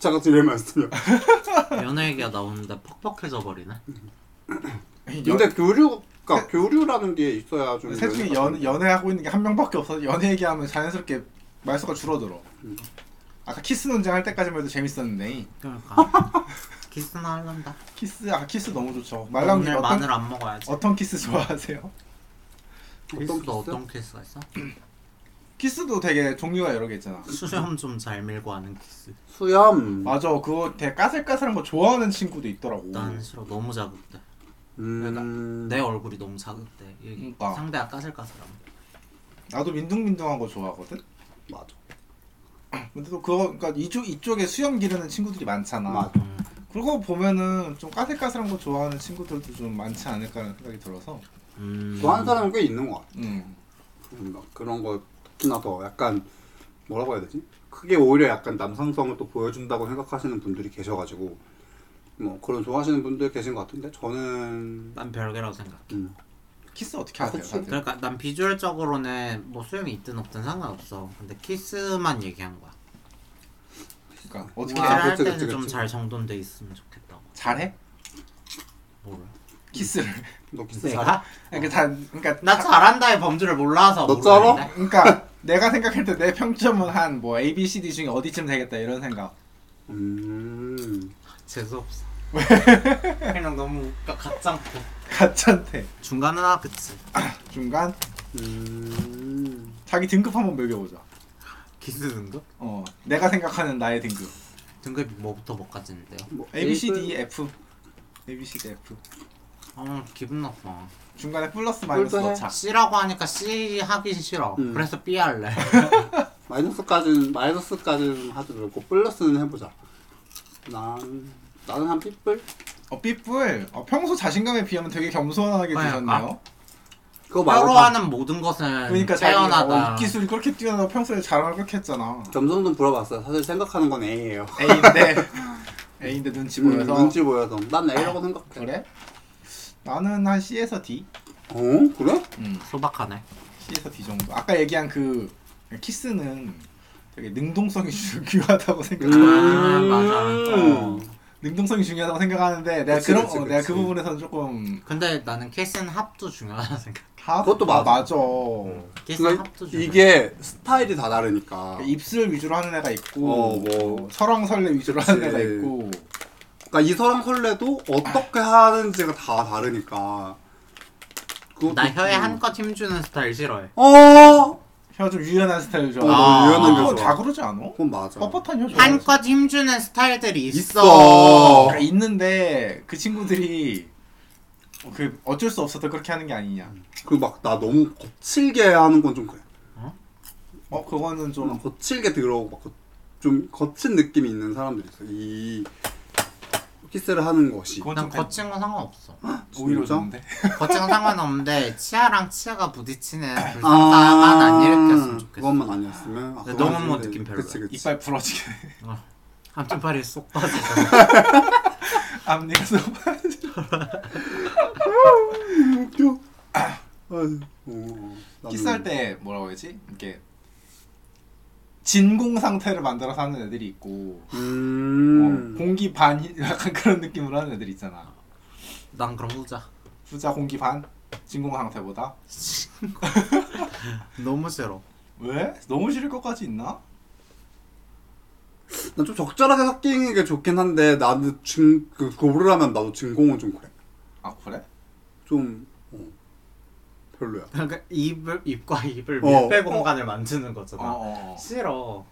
제가 드릴 말씀이요. 연애 얘기가 나오는데 퍽퍽해져 버리네 연- 근데 교류 그러니까 교류라는 게 있어야 좀 셋 중에 연애가 연, 연애하고 있는 게 한 명밖에 없어서 연애 얘기하면 자연스럽게 말수가 줄어들어 음. 아까 키스 논쟁할 때까지만 해도 재밌었는데 그러니까 키스나 할란다. 키스 아 키스 너무 좋죠 말랑님 오늘 어떤 마늘 안 먹어야지. 어떤 키스 좋아하세요? 키스도 키스? 어떤 키스가 있어? 키스도 되게 종류가 여러 개 있잖아 수염 좀 잘 밀고 하는 키스. 수염 맞아 그거 되게 까슬까슬한 거 좋아하는 친구도 있더라고 난 싫어. 너무 자극돼. 음... 내 얼굴이 너무 자극돼. 이 아. 그러니까. 상대가 까슬까슬함. 나도 민둥민둥한 거 좋아하거든 네. 맞아 근데 또 그거 그러니까 이쪽, 이쪽에 수염 기르는 친구들이 많잖아 맞아 음. 그러고 보면은 좀 까슬까슬한 거 좋아하는 친구들도 좀 많지 않을까라는 생각이 들어서 음. 좋아하는 사람은 꽤 있는 것 같아 음. 음, 막 그런 거 특히나 더 약간 뭐라고 해야 되지? 그게 오히려 약간 남성성을 또 보여준다고 생각하시는 분들이 계셔가지고 뭐 그런 좋아하시는 분들 계신 것 같은데 저는 난 별개라고 생각. 음, 키스 어떻게 하세요? 그치. 다들? 그러니까 난 비주얼적으로는 뭐 수염이 있든 없든 상관없어. 근데 키스만 얘기한 거야. 그러니까 어떻게 와. 해? 아, 키스할 그치, 때는 그치, 좀 그치. 잘 정돈돼 있으면 좋겠다고. 잘해? 뭐를? 키스를 너 키스 잘해? 내가? 그러니까 다 그러니까 나 잘한다의 범주를 몰라서 너 모르겠네. 그러니까 내가 생각할 때 내 평점은 한 뭐 A, B, C, D 중에 어디쯤 되겠다 이런 생각. 음... 재수없어. 그냥 너무 웃겨. 가짱고. 가짜한테 중간은 아 그치. 중간 음... 자기 등급 한번 매겨보자. 키스 등급? 어, 내가 생각하는 나의 등급. 등급이 뭐부터 뭐까지인데요? 뭐 A, B, C, D, E. F. A, B, C, D, F. 아 기분 나빠. 중간에 플러스 마이너스 꿀도 해. 넣자. C라고 하니까 C 하기 싫어. 음. 그래서 B 할래. 마이너스까지는 마이너스까지는 하지 말고 플러스는 해보자 난... 나는 한 삐뿔? 어, 삐뿔. 어, 평소 자신감에 비하면 되게 겸손하게 아니, 드셨네요. 그거 말고 다 뼈로하는 모든 것은 그러니까 자기가 빼어나다. 어, 입기술이 그렇게 뛰어나고 평소에 자랑을 그렇게 했잖아. 점성도 물어봤어요 사실 생각하는 건 A예요 A인데 A인데 눈치 음, 보여서 눈치 보여서 난 A라고 생각해 음. 그래? 나는 한 C에서 D. 어? 그래? 음. 소박하네. C에서 D 정도. 아까 얘기한 그 키스는 되게 능동성이 중요하다고 생각. 음. 해 맞아. 어. 음. 능동성이 중요하다고 생각하는데 내가 그치, 그런 그치, 어, 내가 그치. 그 부분에서는 조금 근데 나는 캐스는 합도 중요하다 생각. 하- 그것도 맞아. 맞아. 캐스는 그러니까 합도 중요. 이게 스타일이 다 다르니까. 그러니까 입술 위주로 하는 애가 있고 어, 뭐. 철왕설레 위주로 그치. 하는 애가 있고 그러니까 이서랑 설레도 어떻게 하는지가 다 다르니까. 그것도 나 혀에 있고. 한껏 힘주는 스타일 싫어해. 어. 혀 좀 유연한 스타일 어, 좋아. 아. 아, 유연한 어. 게 그거 좋아. 다 그러지 않아? 그건 맞아. 뻣뻣한 혀 좋아. 한껏 힘주는 스타일들이 있어. 있어. 그러니까 있는데 그 친구들이 어, 그 어쩔 수 없어서 그렇게 하는 게 아니냐. 그리고 막 나 너무 거칠게 하는 건 좀 그래. 어 그거는 좀 좀 거칠게 들어오고 막 거, 좀 거친 느낌이 있는 사람들이 있어. 이 키스를 하는 것이. 그건 난 좀 거친 건 상관없어. 오히려 진짜? 좋은데. 거친 건 상관없는데 치아랑 치아가 부딪히는 불상사만 안 일으켰으면 뭐 좋겠어. 그것만 아니었으면. 아, 근데 그건 너무 못 힘들지. 느낀 별로야. 그치 그치. 이빨 부러지게 한쪽팔이 쏙 빠지잖아. 앞니가 쏙 웃겨. 아유, 어, 나는- 키스할 때 뭐라고 해야지 이렇게 진공 상태를 만들어서 하는 애들이 있고 음. 어, 공기 반 약간 그런 느낌으로 하는 애들 있잖아 난 그럼 후자. 후자 공기 반 진공 상태보다 너무 싫어. 왜 너무 싫을 것까지 있나 난 좀 적절하게 섞이는 게 좋긴 한데 나는 증그 고르라면 나도 진공은 좀 그래. 아 그래 좀 어, 별로야. 그러니까 입을 입과 입을 어. 밀폐 공간을 만드는 거잖아. 어어 싫어.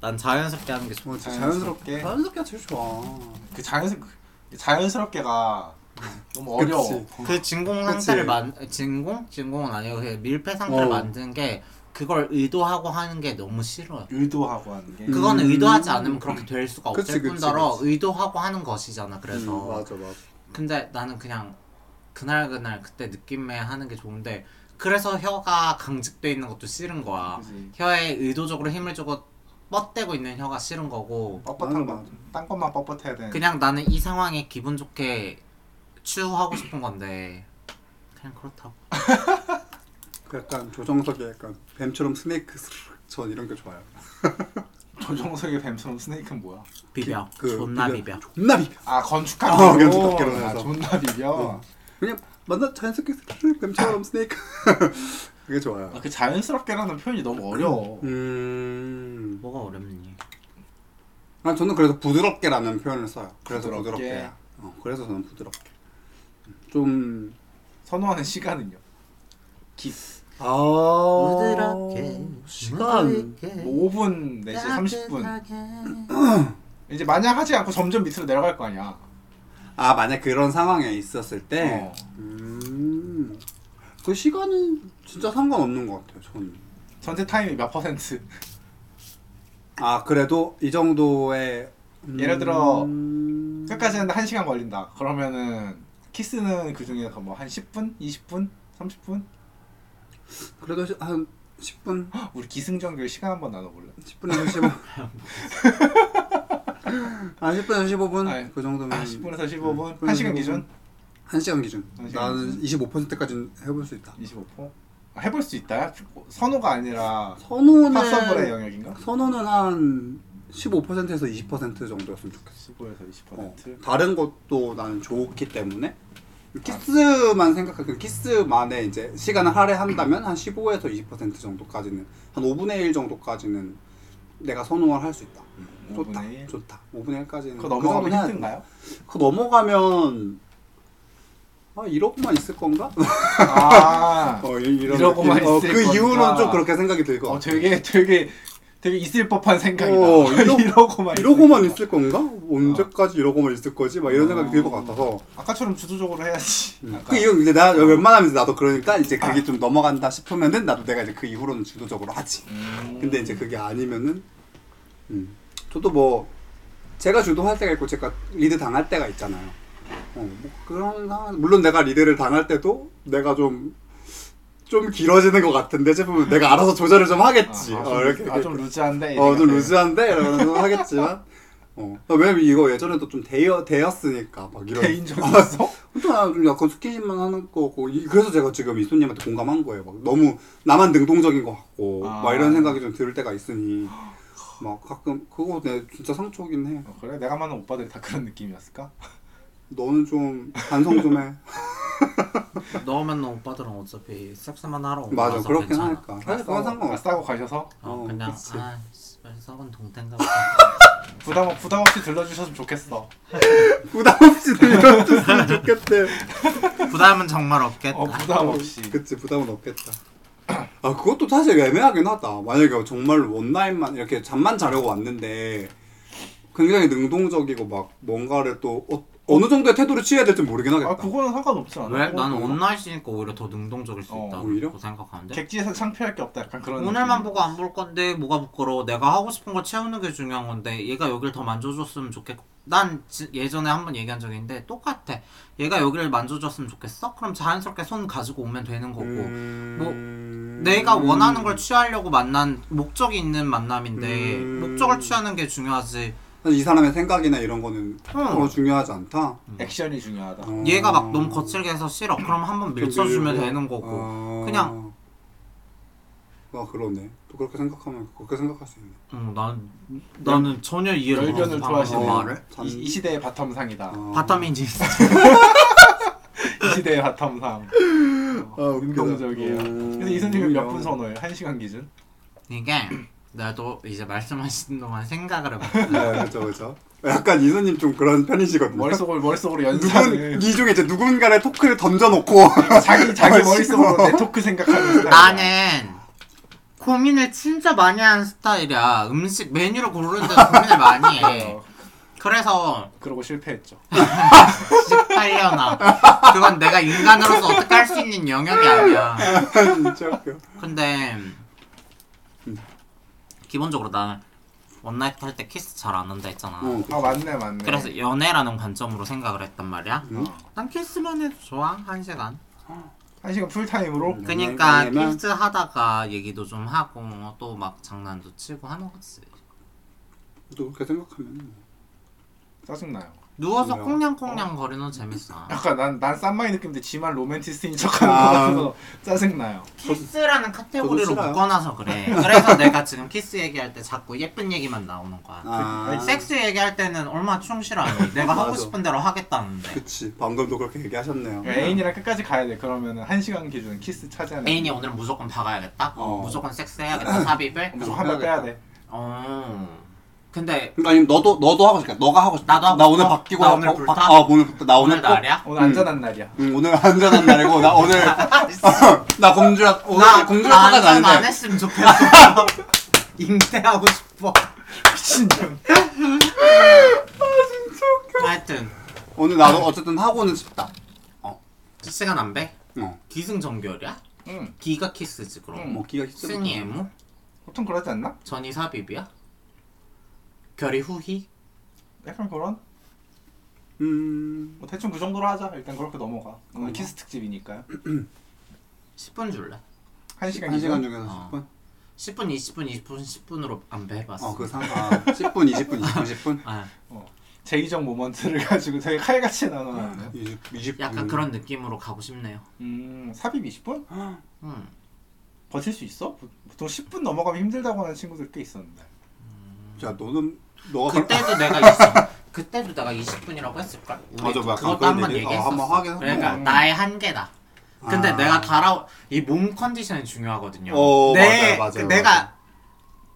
난 자연스럽게 하는 게 좋아. 어, 진짜 자연스럽게. 자연스럽게. 자연스럽게 제일 좋아. 그 자연스 그 자연스럽게가 너무 어려워 그치. 그 진공 그치. 상태를 만 진공 진공은 아니고 그 밀폐 상태를 어. 만드는 게 그걸 의도하고 하는 게 너무 싫어요. 의도하고 하는 게 음. 그거는 의도하지 않으면 그렇게 될 수가 없을 그치, 그치, 뿐더러 그치. 의도하고 하는 것이잖아. 그래서 음, 맞아 맞아. 근데 나는 그냥 그날 그날 그때 느낌에 하는 게 좋은데 그래서 혀가 강직돼 있는 것도 싫은 거야. 그치. 혀에 의도적으로 힘을 주고 뻗대고 있는 혀가 싫은 거고 뻣뻣한 맞아. 거딴 것만 뻣뻣해야 네. 되는 그냥 나는 이 상황에 기분 좋게 추하고 싶은 건데 그냥 그렇다고. 그 약간 조정석의 약간 뱀처럼 스네이크 스르륵 전 이런 게 좋아요. 조정석의 뱀처럼 스네이크는 뭐야 비벼. 그 존나 비벼. 존나 비벼. 아 건축학교 어, 건축학교로 아, 해서. 존나 비벼 그냥 만나 자연스럽게 스킬 뱀처럼 스네이크 그게 좋아요. 아, 그 자연스럽게라는 표현이 너무 어려워. 음. 뭐가 어렵니? 아, 저는 그래서 부드럽게라는 표현을 써요. 그래서 부드럽게. 부드럽게. 어, 그래서 저는 부드럽게. 좀 선호하는 시간은요? 아. 시간. 네. 뭐 5분 네, 내지 아, 30분. 이제 만약 하지 않고 점점 밑으로 내려갈 거 아니야. 아, 만약 그런 상황에 있었을 때 어. 음. 그 시간은 진짜 상관없는 것 같아요. 저는. 전체 타임이 몇 퍼센트? 아, 그래도 이 정도의 음. 예를 들어, 끝까지 하는데 1시간 걸린다. 그러면은 키스는 그 중에서 뭐한 10분, 20분, 30분? 그래도 시- 한 10분 우리 기승전결 시간 한번 나눠볼래? 10분에서 15. 아 10분에서 15분 아니, 그 정도면 아, 10분에서 15분? 음, 1시간 15분. 기준? 1시간 기준. 한 시간 나는 25%까지 해볼 수 있다. 25포? 아, 해볼 수 있다? 선호가 아니라 파서블의 선호는 영역인가? 선호는 한 15%에서 20% 정도였으면 좋겠어. 15에서 20%? 어. 다른 것도 나는 좋기 때문에 아. 키스만 생각하면 키스만에 이제 시간을 할애한다면 한 15에서 20% 정도까지는 한 5분의 1 정도까지는 내가 선호를 할 수 있다. 어. 좋다. 5분의 1? 좋다. 5분의 1까지는 음, 그거 넘어가면 힘든가요? 그 넘어가면 아 이러고만 있을 건가? 아, 어, 이- 이런 이러고만 느낌. 어, 있을 그 이후로는 건가? 좀 그렇게 생각이 들고 어, 되게 되게 되게 있을 법한 생각이다. 어, 이러- 이러고만 이러고만 있을 있을 건가? 언제까지 이러고만 있을 거지? 막 이런 생각이 어. 들 것 같아서 거야. 아까처럼 주도적으로 해야지. 아까. 그 이후 이제 나 웬만하면 나도 그러니까 이제 그게 좀 넘어간다 싶으면은 나도 내가 이제 그 이후로는 주도적으로 하지. 음. 근데 이제 그게 아니면은 음. 저도 뭐 제가 주도할 때가 있고 제가 리드 당할 때가 있잖아요. 어, 뭐 그런 상황 물론 내가 리드를 당할 때도 내가 좀 좀 길어지는 것 같은데 제품은 내가 알아서 조절을 좀 하겠지. 아, 아, 좀, 어, 이렇게, 아, 좀 루즈한데. 어, 좀 이렇게. 루즈한데 이러면서 하겠지만. 어. 왜냐면 이거 예전에도 좀 대여 대였으니까 막 이런 개인 적이었어? 또 나는 좀 약간 스킨십만 하는 거고 이- 그래서 제가 지금 이소님한테 공감한 거예요. 막 너무 나만 능동적인 것 같고 아. 막 이런 생각이 좀 들 때가 있으니 막 가끔 그거 내 진짜 상처긴 해. 어, 그래 내가 만난 오빠들이 다 그런 느낌이었을까? 아, 너는 좀 반성 좀 해. 너만 너 오빠들은 어차피 섹스만 하러 온 맞아 거라서 그렇긴 괜찮아. 하니까. 사실 그건 아, 상관없어. 싸고 가셔서 어, 어, 그냥 그치. 아 씨발 썩은 동태인가 보다. 부담 없- 부담 없이 들러주셨으면 좋겠어. 부담 없이 들려줬으면 좋겠대. 부담은 정말 없겠다. 어 부담 없이. 그치 부담은 없겠다. 아 그것도 사실 애매하긴 하다. 만약에 정말 원나잇만 이렇게 잠만 자려고 왔는데 굉장히 능동적이고 막 뭔가를 또 어, 어느 정도의 태도를 취해야 될지 모르긴 하겠다. 아 그거는 상관없지 않아. 왜? 난 온라인이니까 오히려 더 능동적일 수 어, 있다고 오히려? 생각하는데 객지에서 창피할 게 없다. 약간 그런. 오늘만 느낌. 보고 안 볼 건데 뭐가 부끄러워 내가 하고 싶은 걸 채우는 게 중요한 건데 얘가 여길 더 만져줬으면 좋겠고 난 지- 예전에 한 번 얘기한 적이 있는데 똑같아 얘가 여기를 만져줬으면 좋겠어? 그럼 자연스럽게 손 가지고 오면 되는 거고 음. 음. 뭐, 내가 원하는 걸 취하려고 만난 목적이 있는 만남인데 음. 목적을 취하는 게 중요하지 사실 이 사람의 생각이나 이런 거는 별로 중요하지 않다. 액션이 중요하다. 어. 얘가 막 너무 거칠게 해서 싫어 그럼 한번 좀 밀쳐주면 밀고. 되는 어. 거고 아. 그냥. 아 그러네. 또 그렇게 생각하면 그렇게 생각할 수 있네. 응, 음, 난, 나는 전혀 이해를 열변을 어. 못하는 좋아하시는 뭐 말을 이, 이 시대의 바텀상이다. 아. 바텀인 진짜 이 시대의 바텀상. 아, 어, 웃기다. 능동적이에요. 음, 그래서 이선님은 몇 분 오히려. 선호해요? 1시간 기준? 이게 나도 이제 말씀하신 동안 생각을 그러니까. 해봤어. 네, 그렇죠, 그렇죠. 약간 이수님 좀 그런 편이시거든요. 머릿속으로 머릿속으로 누군 연상을 이 중에 이제 누군가를 토크를 던져놓고 자기 자기 아, 머릿속으로 싫어. 내 토크 생각하는 스타일. 아, 나는 고민을 진짜 많이 하는 스타일이야. 음식 메뉴를 고르는데 고민을 많이 어. 해. 그래서 그러고 실패했죠. 집팔려나 그건 내가 인간으로서 어떻게 할 수 있는 영역이 아니야. 진짜 웃겨. 근데 음, 기본적으로 나는 원나잇 할 때 키스 잘 안 한다 했잖아. 응, 아 맞네 맞네. 그래서 연애라는 관점으로 생각을 했단 말이야. 응? 난 키스만 해도 좋아 한 시간. 한 시간 풀 타임으로 음. 그러니까 그니까 왜냐면- 키스 하다가 얘기도 좀 하고 또 막 장난도 치고 하는 거지. 또 그렇게 생각하면 짜증 나요. 누워서 뭐야? 콩냥콩냥 거리는 재밌어. 약간 난 난 쌈마이 느낌인데 지만 로맨티스트인 척하는 아. 것 같아서 짜증나요. 키스라는 저도 카테고리로 싫어요. 묶어놔서 그래. 그래서 내가 지금 키스 얘기할 때 자꾸 예쁜 얘기만 나오는 거야. 아, 그, 섹스 얘기할 때는 얼마나 충실하니? 내가 하고 맞아. 싶은 대로 하겠다는데. 그치. 방금도 그렇게 얘기하셨네요. 애인이랑 끝까지 가야 돼. 그러면은 한 시간 기준 키스 차지하는. 애인이 오늘 무조건 박아야겠다. 어. 무조건 섹스해야겠다. 삽입을. 무조건 한번 빼야 돼. 어. 근데 그러니까 아니 너도 너도 하고 싶다. 너가 하고 싶다. 나도 하고 나 오늘 싶어? 바뀌고 나 오늘 불타? 아 오늘 불타. 나 오늘 오늘 꼭- 날이야? 오늘 안전한 날이야. 응, 오늘 한잔한 날이고 나 오늘 나 공주라 오늘 공주라 화가 나안 안 나는데. 했으면 좋겠어. 잉태하고 싶어. 진짜. 하여튼 오늘 나도 어쨌든 하고는 싶다. 키스가 남배? 어. 기승전결이야? 응. 기가 키스지 그럼. 응. 뭐 기가 힘들어. 쓴이 애무? 보통 그러지 않나? 전이 삽입이야? 결이 후희? 약간 그런. 음. 뭐 대충 그 정도로 하자. 일단 그렇게 넘어가. 오늘 어. 키스 특집이니까요. 10분 줄래? 한 시간 한 시간 기준. 중에서 어. 10분? 10분, 20분, 20분, 10분으로 안 배봤어. 어, 그 상, 아, 10분, 20분, 20분, 아, 제이적 모먼트를 가지고 되게 칼같이 나눠놨네. 20분. 20, 20분. 약간 그런 느낌으로 가고 싶네요. 음, 삽입 20분? 음. 버틸 수 있어? 보- 보통 10분 넘어가면 힘들다고 하는 친구들 꽤 있었는데. 자, 너는, 너가. 어, 그럼- 그때도 내가 있어. 그때도 내가 20분이라고 했을걸? 우리 맞아, 맞아. 그것도 그런 한번 얘기- 어, 얘기했었어. 한번 하긴 그러니까 했고. 나의 한계다. 근데 아. 내가 달아 이 몸 컨디션이 중요하거든요. 어, 내, 맞아요, 맞아요, 그 맞아요. 내가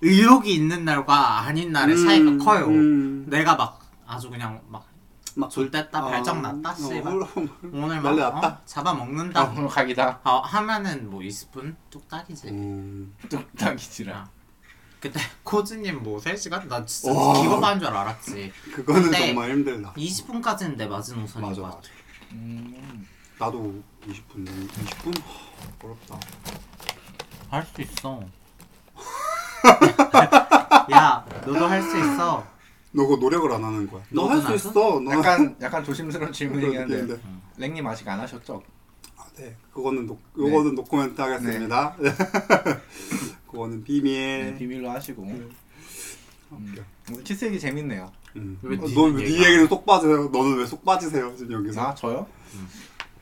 의욕이 있는 날과 아닌 날의 음, 차이가 커요. 음. 내가 막 아주 그냥 막 막 졸댔다 발정 났다 어, 씨발 어, 오늘 막 난리 났다. 어, 잡아먹는다 오늘 각이다. 어, 하면은 뭐 20분 뚝딱이지. 음. 뚝딱이지라. 그때 코즈님 뭐 3시간? 나 진짜 와. 기겁하는 줄 알았지. 그거는 근데- 정말 힘들다. 20분까지는 내 마지노선인 맞아, 것 맞아. 같아. 음. 나도 20분, 20분? 어렵다. 할 수 있어. 야, 너도 할 수 있어. 너 그거 노력을 안 하는 거야. 너 할 수 너도 있어. 너 약간 약간 조심스러운 그런 질문이긴 한데 느낌인데. 랭님 아직 안 하셨죠? 아, 네. 그거는 노, 요거는 네. 노코멘트 하겠습니다. 그거는 비밀. 네, 비밀로 하시고. 오케이. 음. 근데 키스 얘기 재밌네요. 음. 왜네 너네 얘기야? 얘기는 똑 빠져요. 너는 왜 쏙 빠지세요 지금 여기서? 나 저요?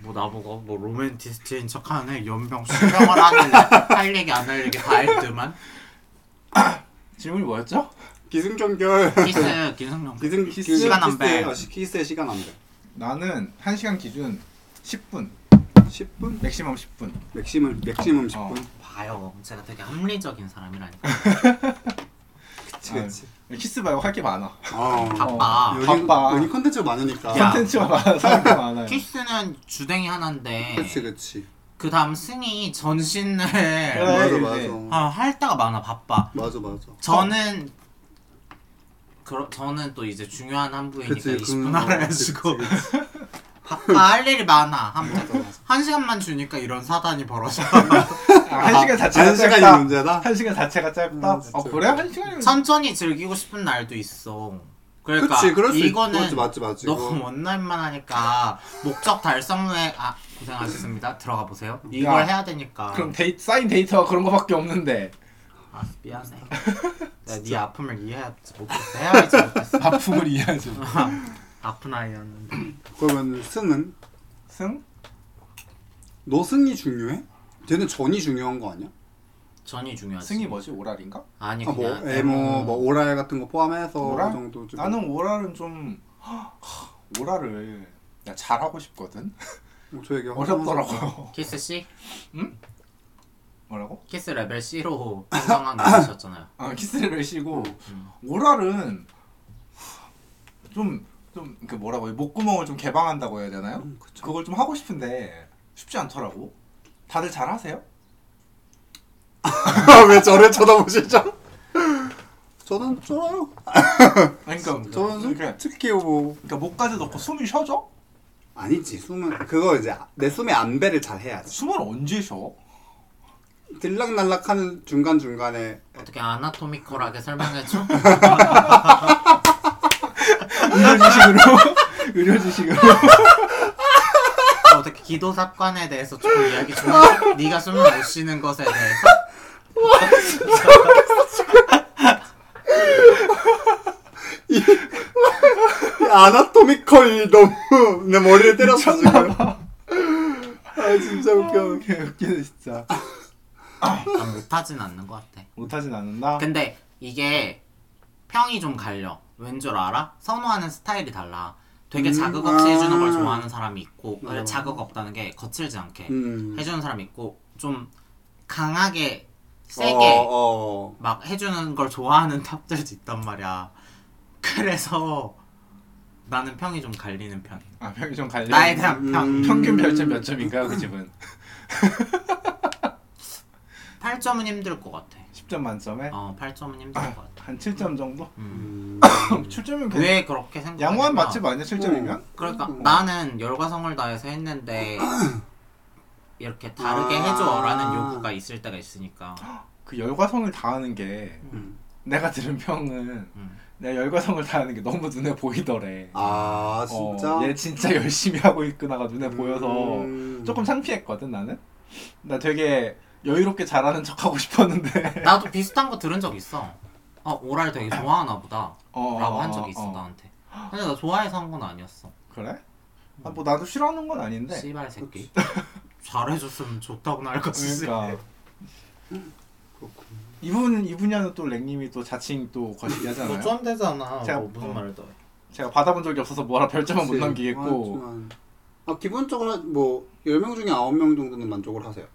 뭐 나보고 뭐 로맨티스트인 척하네 연병 수명을 하는데 할 얘기 안 할 얘기 다 했더만 질문이 뭐였죠? 기승전결. 키스 기승용 기승 키스 기승- 시간 안 키스의- 빼. 어, 시- 키스의 시간 안 돼. 나는 1시간 기준 10분, 10분? 맥시멈 10분. 맥시멈 맥시멈 10분. 봐요 제가 되게 합리적인 사람이라니까 그치 아유. 그치. 키스 말고 할 게 많아. 어. 바빠 여기 바빠. 여기 컨텐츠 많으니까. 야. 컨텐츠가 많아서 할 게 많아요. 키스는 주댕이 하나인데 네. 그치 그치. 그 다음 승이 전신을 그래, 맞아 이제. 맞아. 아, 할 때가 많아 바빠 맞아 맞아. 저는 그러, 저는 또 이제 중요한 한 부이니까 그치, 그- 20분 하라 해주고 바빠 할 일이 많아 한, 한 시간만 주니까 이런 사단이 벌어져 아, 1시간 자체가 한 시간이 짧다. 문제다. 1시간 자체가 짧다. 음, 진짜. 어, 그래? 1시간이면 천천히 즐기고 싶은 날도 있어. 그러니까 그치 그럴 수 이거는 있, 맞지 맞지 맞지. 너무 그거. 원날만 하니까 목적 달성에 아 고생하셨습니다. 들어가 보세요. 이걸 야. 해야 되니까. 그럼 데이, 쌓인 데이터가 그런 거밖에 없는데 아 미안해. 내가 네 아픔을 이해하지 못했어. 헤아리지 못했어. 아픔을 이해하지 못- 아픈 아이였는데. 그러면 승은 승? 너 승이 중요해? 쟤는 전이 중요한 거 아니야? 전이 중요하지. 승이 뭐지? 오랄인가? 아니 아, 뭐 그냥 음, 에모 뭐 오랄 같은 거 포함해서 오랄? 그 정도 좀 나는 오랄은 좀 오랄을 나 잘하고 싶거든. 어, 저 얘기 어렵더라고요. 키스 C 뭐라고? 키스 레벨 C로 성공한 거 있었잖아요. 아 키스를 쉬고 음, 오랄은 좀 좀 그 뭐라고 해 목구멍을 좀 개방한다고 해야 되나요? 음, 그쵸. 그걸 좀 하고 싶은데 쉽지 않더라고. 다들 잘하세요? 왜 저를 쳐다보시죠? 저는 쫄아요. 아니, 그러니까 저는 그러니까, 특히 뭐 그러니까 목까지 넣고 숨이 쉬어져? 아니지 숨은 그거 이제 내 숨의 안배를 잘 해야지. 숨을 언제 쉬어? 들락날락하는 중간 중간에 어떻게 아나토미컬하게 설명해줘? 의료지식으로 의료지식으로 어떻게 기도 삽관에 대해서 조금 이야기 좀 해. 네가 숨을 못 쉬는 것에 대해서. 아나토미컬 이 너무 내 머리를 때렸어 지금. 아 진짜 웃겨. 개 웃기네 진짜. 난 못하진 않는 것 같아. 못하진 않는다. 근데 이게 평이 좀 갈려. 왠 줄 알아? 선호하는 스타일이 달라. 되게 음, 자극 없이 해주는 걸 아. 좋아하는 사람이 있고 그래 맞아, 맞아. 자극 없다는 게 거칠지 않게 음. 해주는 사람이 있고 좀 강하게 세게 어, 어. 막 해주는 걸 좋아하는 탑들도 있단 말이야. 그래서 나는 평이 좀 갈리는 편. 아 평균 좀 갈려. 나에 대한 평. 음. 평균 별점 몇 점인가요 그 집은? 8점은 힘들 것 같아. 10점 만점에 어, 8점은 힘들 것 같아. 한 7점 정도? 음. 음. 7점이면 괜찮. 왜 그렇게 생각? 양호한 맛집 아니야 7점이면? 그러니까 음. 나는 열과 성을 다해서 했는데 이렇게 다르게 아. 해줘라는 요구가 있을 때가 있으니까. 그 열과성을 다하는 게 음. 내가 들은 평은 음. 내가 열과성을 다하는 게 너무 눈에 보이더래. 아 진짜. 어, 얘 진짜 열심히 하고 있구나가 눈에 보여서 음. 조금 창피했거든 나는. 나 되게 여유롭게 잘하는 척 하고 싶었는데. 나도 비슷한 거 들은 적 있어. 어 오랄 되게 좋아하나 보다. 어, 라고 어, 한 적이 있어 어. 나한테. 근데 나 좋아해서 한 건 아니었어. 그래? 아, 뭐 나도 싫어하는 건 아닌데. 씨발 새끼. 잘해줬으면 좋다고 날 것이지. 그러니까 그렇군. 이분 이 분야는 또 랭님이 또 자칭 또 너 거시기하잖아요. 쫀대잖아. 제가- 뭐 무슨 어. 말을 더그 해. 제가 받아본 적이 없어서 뭐라 별점은 못 그치. 남기겠고. 하지만. 아 기본적으로 뭐 10명 중에 9명 정도는 만족을 하세요.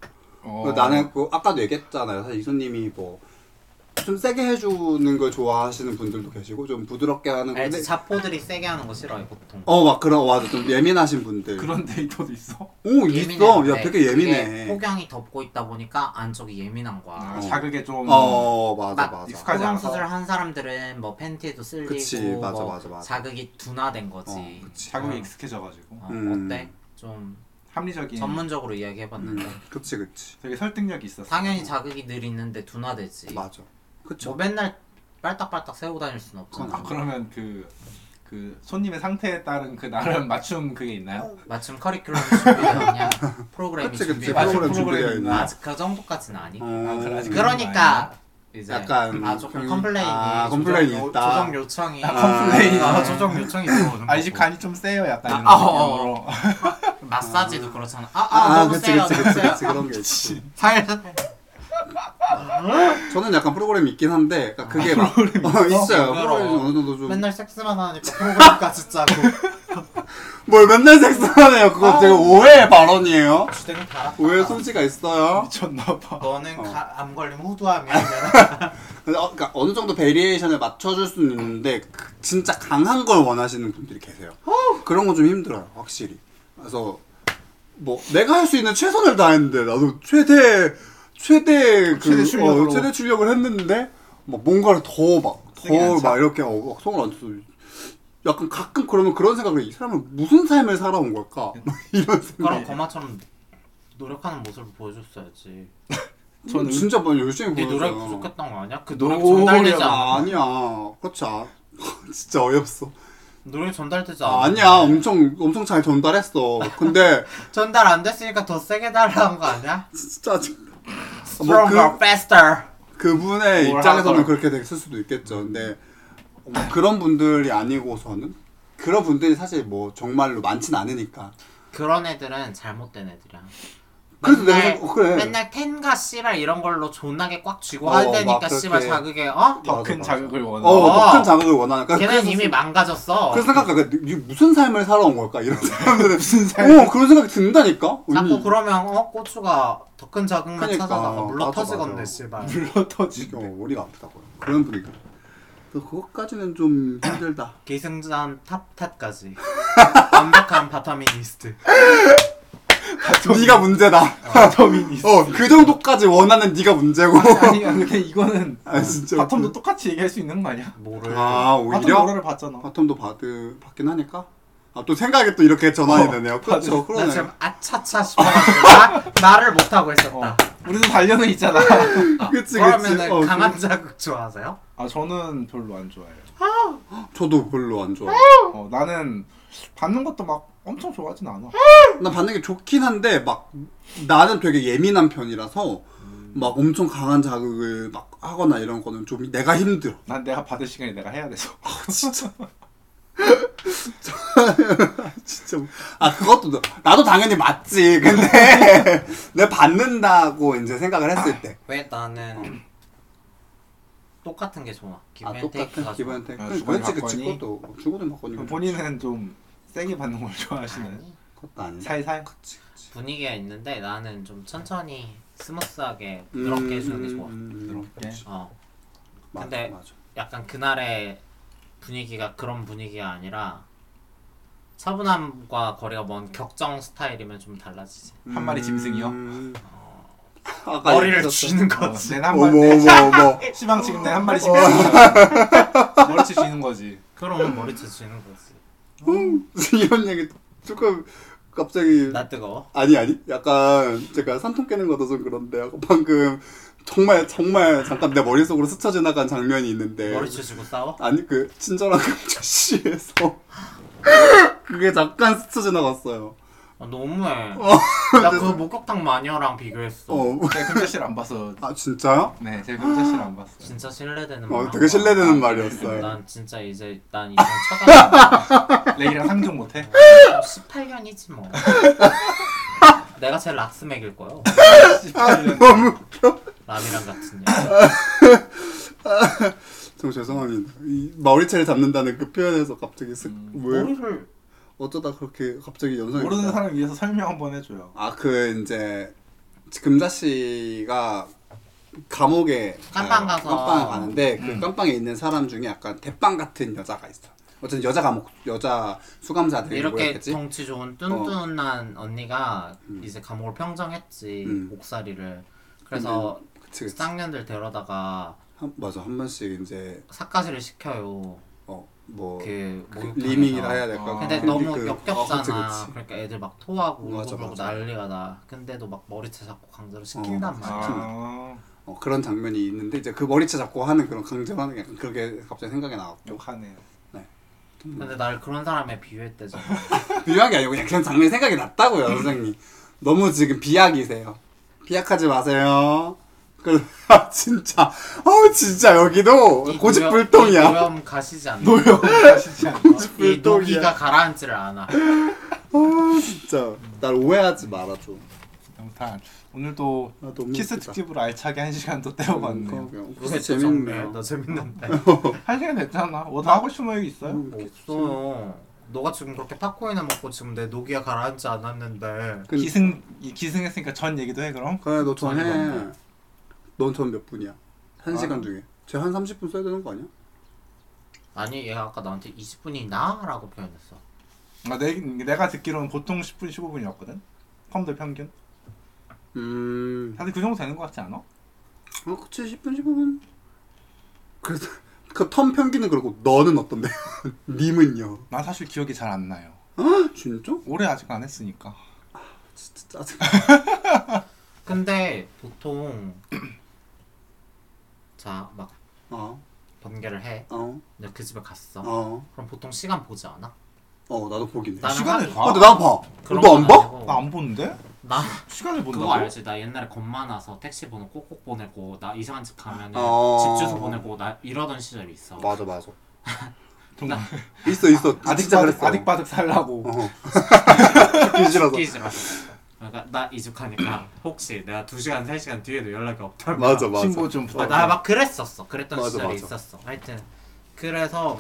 어. 그 나는 그 아까도 얘기했잖아요. 사실 이소님이 뭐 좀 세게 해주는 걸 좋아하시는 분들도 계시고 좀 부드럽게 하는 건데 알지 자포들이 세게 하는 거 싫어해 보통. 어 막 그런 맞아 좀 예민하신 분들 그런 데이터도 있어. 오 있어 야 되게 네, 그게 예민해 폭염이 덮고 있다 보니까 안쪽이 예민한 거야. 아, 자극에 좀 어 맞아 막 맞아 익숙한- 익숙하지 폭염 않아서. 수술 한 사람들은 뭐 팬티에도 쓸리고 그치, 맞아, 뭐 맞아, 맞아. 자극이 둔화된 거지. 어, 그치. 자극에 어. 익숙해져가지고 어, 음. 어때? 좀 예. 합리적인 전문적으로 음, 이야기해봤는데 그치 그치 되게 설득력이 있었어. 당연히 자극이 늘 있는데 둔화되지. 맞아 그쵸 뭐 맨날 빨딱빨딱 세우고 다닐 순 없잖아. 아 그러니까 그러면 그. 그 손님의 상태에 따른 그 나름 맞춤 그게 있나요? 마침 커리큘럼 준비되었냐 프로그램이 그치 그치 준비되었냐 맞아, 프로그램 프로그램이 준비되어 있는 어. 맞아. 아직 그 정도까지는 아니. 아, 그래, 아직 그런 그러니까 이제 음, 약간 아 조금 평이- 컴플레인이 아, 조정 컴플레인이 요- 있다. 조정 요청이 아, 컴플레인. 아, 조정 요청이 들어오는 아이 집 거고. 간이 좀 세요 약간 아, 이런 아, 느낌으로 마사지도 그렇잖아. 아, 아, 아, 너무 그치 세요. 그치 그치 너무 세요. 그치 그런 게 있지 살. 저는 약간 프로그램이 있긴 한데 그러니까 그게 막 어, 있어요 프로그램이 어느 정도 좀 맨날 섹스만 하니까 프로그램까지 짜고 뭘 맨날 섹스하네요. 그거 되게 오해의 발언이에요. 주댕이 달아. 오해 소지가 있어요. 미쳤나봐. 너는 어. 가- 암 걸리면 후두암이야. 근데 어, 그러니까 어느 정도 베리에이션을 맞춰줄 수는 있는데 그- 진짜 강한 걸 원하시는 분들이 계세요. 어? 그런 건 좀 힘들어요, 확실히. 그래서 뭐 내가 할 수 있는 최선을 다했는데 나도 최대 최대 그 최대 출력으로. 어, 최대 출력을 했는데 뭐 뭔가를 더 막 더 쓰게 안 막 차? 이렇게 어, 막 손을 안 써서 약간 가끔 그러면 그런 생각을 해요. 이 사람은 무슨 삶을 살아온 걸까 예. 이런 그럼 생각. 거마처럼 노력하는 모습을 보여줬어야지. 저는 진짜 많이 열심히 네 노력 보여줘요. 부족했던 거 아니야? 그 노력 전달되지 노래가 않아. 아니야. 그렇지 않아. 진짜 어이없어. 노력 전달되지 않아. 아, 아니야. 엄청 엄청 잘 전달했어. 근데 전달 안 됐으니까 더 세게 달라는 거 아니야? 진짜 짜증나. 뭐 Stronger, faster. 그, 그분의 뭘 입장에서는 하더라. 그렇게 됐을 수도 있겠죠. 근데 뭐 그런 분들이 아니고서는 그런 분들이 사실 뭐 정말로 많진 않으니까. 그런 애들은 잘못된 애들이야. 그래서 맨날, 내가 생각- 어, 그래. 맨날 텐가 씨발 이런 걸로 존나게 꽉 쥐고 어, 하다니까 막 씨발 그렇게. 자극에 어? 맞아, 더큰 맞아. 자극을 원하. 어, 어. 높은 자극을 원하니까. 걔는 그래서 이미 망가졌어. 그래서 생각해. 이게 무슨 삶을 살아온 걸까? 이런 사람들은 무슨 어, 그런 생각이 든다니까. 자꾸 언니. 그러면 어 고추가 더 큰 자극만 그러니까. 찾아다가 물러 맞아, 터지건데 맞아. 씨발. 물러 터지고. 어, 머리가 아프다고요. 그런 분위기. 또 그것까지는 좀 힘들다. 기승전 탑탑까지 완벽한 바타미니스트. 아, 네가 문제다. 바텀이 아, 있어. 어, 그 정도까지 원하는 네가 문제고. 아니 근데 이거는 아, 진짜. 바텀도 똑같이 얘기할 수 있는 거 아니야? 뭐를 아, 바텀 오히려 노래를 봤잖아. 어, 바텀도 받 받긴 하니까. 아, 또 생각이 또 이렇게 전환이 어, 되네요. 맞아. 그렇죠. 나 그러네. 지금 아차차 싶어가지고 나- 말을 못하고 있었다. 어. 우리도 단련은 있잖아. 그치, 그치. 그러면 어, 강한 그- 자극 좋아하세요? 아 저는 별로 안 좋아해요. 그, 저도 별로 안 좋아. 어, 나는 받는 것도 막 엄청 좋아하진 않아. 나 받는 게 좋긴 한데 막 나는 되게 예민한 편이라서 음. 막 엄청 강한 자극을 막 하거나 이런 거는 좀 내가 힘들어. 난 내가 받을 시간에 내가 해야 돼서. 아, 진짜. 진짜 웃- 아 그것도 너- 나도 당연히 맞지 근데 내 받는다고 이제 생각을 했을 때 왜 나는 똑같은 게 좋아. 아, 똑같은 기본 테이크. 아, 그치, 주거니 그치, 그치. 받거니? 그것도 주고는 받거니. 그럼 본인은 좀 세게 받는 걸 좋아하시는 아니, 그것도 아니야. 살살 분위기가 있는데 나는 좀 천천히 스무스하게 음, 부드럽게 해주는 게 좋아. 부드럽게. 어, 맞아, 근데- 맞아. 약간 그날의 분위기가 그런 분위기가 아니라 차분함과 거리가 먼 격정 스타일이면 좀 달라지지. 한 마리 짐승이요? 음. 아까 머리를 얘기했었어. 쥐는 어, 거지. 내한 어머, 마리 어머, 어머. 시방 지금 내 한 마리 심장이잖아 머리채 쥐는 거지 그러면 머리채 쥐는 거지. 음, 이런 얘기 조금 갑자기 나 뜨거워. 아니 아니 약간 제가 산통 깨는 것도 좀 그런데 약간 방금 정말 정말 잠깐 내 머릿속으로 스쳐 지나간 장면이 있는데 머리채 쥐고 싸워? 아니 그 친절한 감자씨에서 그게 잠깐 스쳐 지나갔어요. 아, 너무해. 어, 나 그거 목욕탕 마녀랑 비교했어. 어. 제가 금자씨를 안 봐서 아 진짜요? 네 제가 금자씨를 안 봤어요 진짜 신뢰되는 어, 말. 되게 신뢰되는 말이었어요. 난 진짜 이제 난 이제 쳐다봐. 레이랑 상종 못해? 18년이지 뭐. 내가 제일 락스맥일 거요. 아, 18년 남이랑 같은 년. 정말 죄송합니다. 이 마오리채를 잡는다는 그 표현에서 갑자기 슥 왜? 음, 머리를 어쩌다 그렇게 갑자기 연상이 모르는 됐다. 사람 위해서 설명 한번 해줘요 아그 이제 금자 씨가 감옥에 가요. 깜빵 가서. 깜빵 가는데 음. 그 깜빵에 있는 사람 중에 약간 대빵 같은 여자가 있어. 어쨌든 여자 감옥 여자 수감자들이 이렇게 모였겠지. 어. 덩치 좋은 뚠뚠한 언니가 이제 감옥을 평정했지 음. 옥살이를. 그래서 그치 그치. 쌍년들 데려다가 한, 맞아 한 번씩 이제 삭가지를 시켜요. 어뭐 그 목욕탕에서. 리밍이라 해야 될까? 아. 근데 어, 너무 그- 어, 그치, 역겹잖아. 그치. 그러니까 애들 막 토하고 맞아, 울고 맞아. 난리가 나. 근데도 막 머리채 잡고 강제로 시킨단 어, 말이야. 아 어, 그런 장면이 있는데 이제 그 머리채 잡고 하는 그런 강제하는 게 약간 그렇게 갑자기 생각이 나왔고 욕하네요 근데 날 그런 사람에 비유했대잖아. 비유한 게 아니고 그냥 그런 장면이 생각이 났다고요 선생님 너무 지금 비약이세요 비약하지 마세요 그 아, 진짜 어우 진짜 여기도 이 노염- 이 고집불통이야 노염 가시지 않나. 노력 하시지 않나? 이 불똥이야. 노기가 가라앉지를 않아. 아 진짜 날 오해하지 말아줘 아무튼 오늘 또 아, 너무 키스 웃기다. 특집으로 알차게 한 시간 또 때워봤네요 어, 그러게요. 왜 키스 정리해? 재밌네요 너 재밌는데. 어. 한 시간 됐잖아 뭐 더 하고 싶은 얘기 있어요? 없어요. 너가 지금 그렇게 타코이나 먹고 지금 내 노기가 가라앉지 않았는데 그- 기승 이- 기승했으니까 전 얘기도 해 그럼 그래 너 아니, 전해 넌전몇 분이야 한 아. 시간 중에 쟤한 30분 써야 되는 거 아니야? 아니 얘가 아까 나한테 20분이 나라고 표현했어. 아, 내, 내가 듣기로는 보통 10분 15분이었거든 컴퓨터 평균 음 다들 그 정도 되는 것 같지 않아? 어, 그치 10분 15분 그래서 그텀 평균은 그렇고 너는 어떤데? 님은요? 난 사실 기억이 잘 안 나요 아 진짜? 오래 아직 안 했으니까 진짜 짜증 근데 보통 자 막 어, 번개를 해. 어, 근데 그 집에 갔어. 어, 그럼 보통 시간 보지 않아? 어 나도 보긴 해 나는 시간을 한- 봐? 아, 근데 나 봐! 그런 너 안 건 봐? 아니고. 나 안 보는데? 나 시간을 본다고? 그거 알지? 나 옛날에 겁 많아서 택시 번호 꼭꼭 보내고 나 이상한 집 가면은 어. 집 주소 보내고 나 이러던 시절이 있어. 맞아 맞아 정말 있어 있어 아, 진짜 아득바득 그랬어 아득바득 살라고 어 죽기 싫어서 끼지 마. 그러니까 나 이직하니까 혹시 내가 2시간 3시간 뒤에도 연락이 없다면 맞아 맞아 신고 좀 아, 부탁 나 막 그랬었어. 그랬던 맞아, 시절이 맞아. 있었어. 하여튼 그래서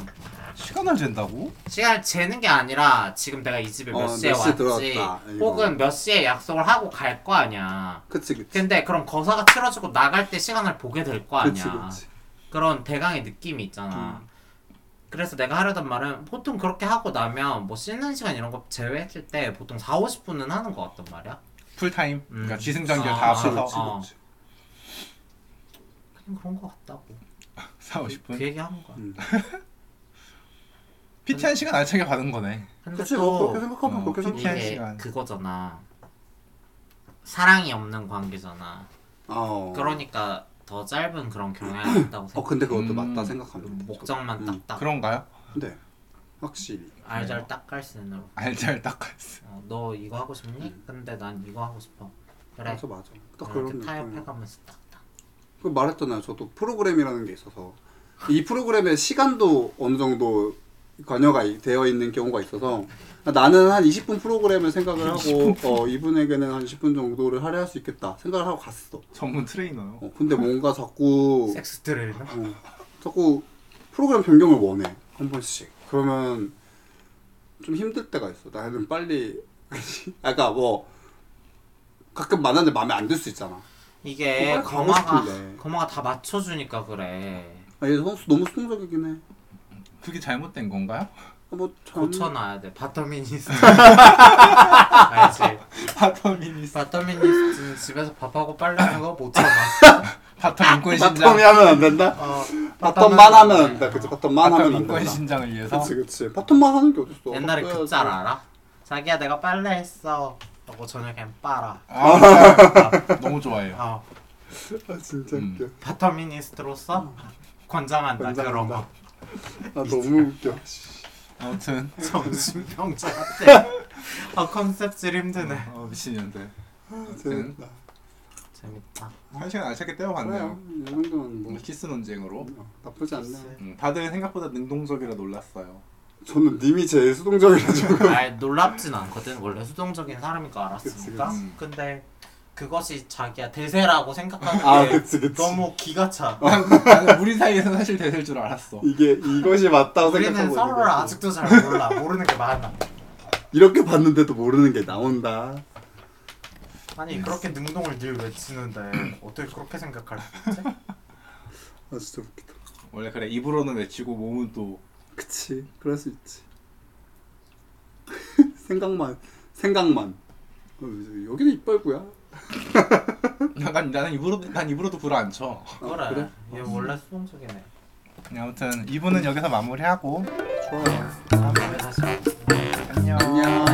시간을 잰다고? 시간 재는 게 아니라 지금 내가 이 집에 몇 어, 시에 몇 시에 왔지 들어왔다, 이거. 혹은 몇 시에 약속을 하고 갈 거 아니야. 그치 그치 근데 그럼 거사가 틀어지고 나갈 때 시간을 보게 될 거 그치 아니야. 그치 그런 대강의 느낌이 있잖아. 음. 그래서 내가 하려던 말은 보통 그렇게 하고 나면 뭐 씻는 시간 이런 거 제외했을 때 보통 4, 50분은 하는 거 같단 말이야. 풀타임 그러니까 음. 지승전결 아, 다 그치 합쳐서 그치 어. 그치 그냥 그런 거 같다고. 4, 그 50분 얘기 하는 거야. PT한 시간 알차게 받은 거네 근데 그치 또 뭐 그렇게 생각하면 음, 어, 그렇게 그치. 생각해 피한 이게 시간. 그거잖아. 사랑이 없는 관계잖아. 어. 그러니까 더 짧은 그런 경향이 있다고 어 생각. 근데 그것도 음. 맞다 생각합니다 목적만 음. 딱딱 그런가요? 근데 확실히 알잘 딱깔스는으로. 알잘 닦았어 어, 너 이거 하고 싶니? 근데 난 이거 하고 싶어. 그래. 맞아 맞아 딱 음. 그런 이렇게 느낌이야 타협해가면서 딱딱. 그 말했잖아요 저도 프로그램이라는 게 있어서 이 프로그램의 시간도 어느 정도 관여가 이- 되어 있는 경우가 있어서 나는 한 20분 프로그램을 생각을 하고 어, 이분에게는 한 10분 정도를 할애할 수 있겠다 생각을 하고 갔어. 전문 트레이너요. 어, 근데 뭔가 자꾸 섹스 트레일러? 어, 자꾸 프로그램 변경을 원해 한 번씩. 그러면 좀 힘들 때가 있어. 나는 빨리 아까 뭐 가끔 만났는데 마음에 안 들 수 있잖아. 이게 어, 가고 거마가 싶은데. 거마가 다 맞춰주니까 그래. 아, 얘 선수 너무 수동적이긴 해. 그게 잘못된 건가요? 아, 뭐 참. 고쳐놔야 돼. 바터미니스트. 알지. 바텀미니스 바터미니스트는 집에서 밥하고 빨래하는 거 못참아. 바텀 인권 바텀이 신장 하면 안 된다. 어, 바텀만 하면 안 된다. 그치 바텀만 바텀 하면 안 인권 된다. 신장을 위해서 그치 그치 바텀만 하는 게 어딨어 옛날에 바꿔야지. 그 짤 알아? 자기야 내가 빨래했어. 하고 저녁엔 빨아. 아, 아, 너무 좋아해요. 어, 아 진짜 음. 웃겨 바터미니스트로서 권장한다. 그런 거. 권장한다. 나 너무 웃겨 씨. 아무튼 정신병자 같아. 아 컨셉질 힘드네. 어, 미친년들. 아무튼 재밌다 재밌다. 한 시간 알차게 그래요 때워봤네요. 음. 이 정도면 뭐 오늘 키스 논쟁으로. 어, 나쁘지 않네 글쎄. 음, 다들 생각보다 능동적이라 놀랐어요. 저는 님이 제일 수동적이라서 아 놀랍진 않거든. 원래 수동적인 사람인 거 알았으니까. 그치, 그치. 근데 그것이 자기야 대세라고 생각하는 게 아, 그치, 아, 그치. 너무 기가 차. 난, 나는 우리 사이에서 사실 대세일 줄 알았어. 이게 이것이 맞다고 우리는 생각하고 서로를 있는 거지. 아직도 잘 몰라. 모르는 게 많아. 이렇게 봤는데도 모르는 게 나온다 음. 아니 그렇게 능동을 늘 외치는데 어떻게 그렇게 생각할 수 있지? 아 진짜 웃기다 원래 그래 입으로는 외치고 몸은 또 그치 그럴 수 있지 생각만 생각만 어, 여기는 이빨구야 난, 나는 입으로 난 입으로도 불어 안 쳐. 그래. 그래? 얘 원래 수동적이네. 아무튼 이분은 여기서 마무리하고 좋아요 음. 다음에 다시. 만나. 안녕. 안녕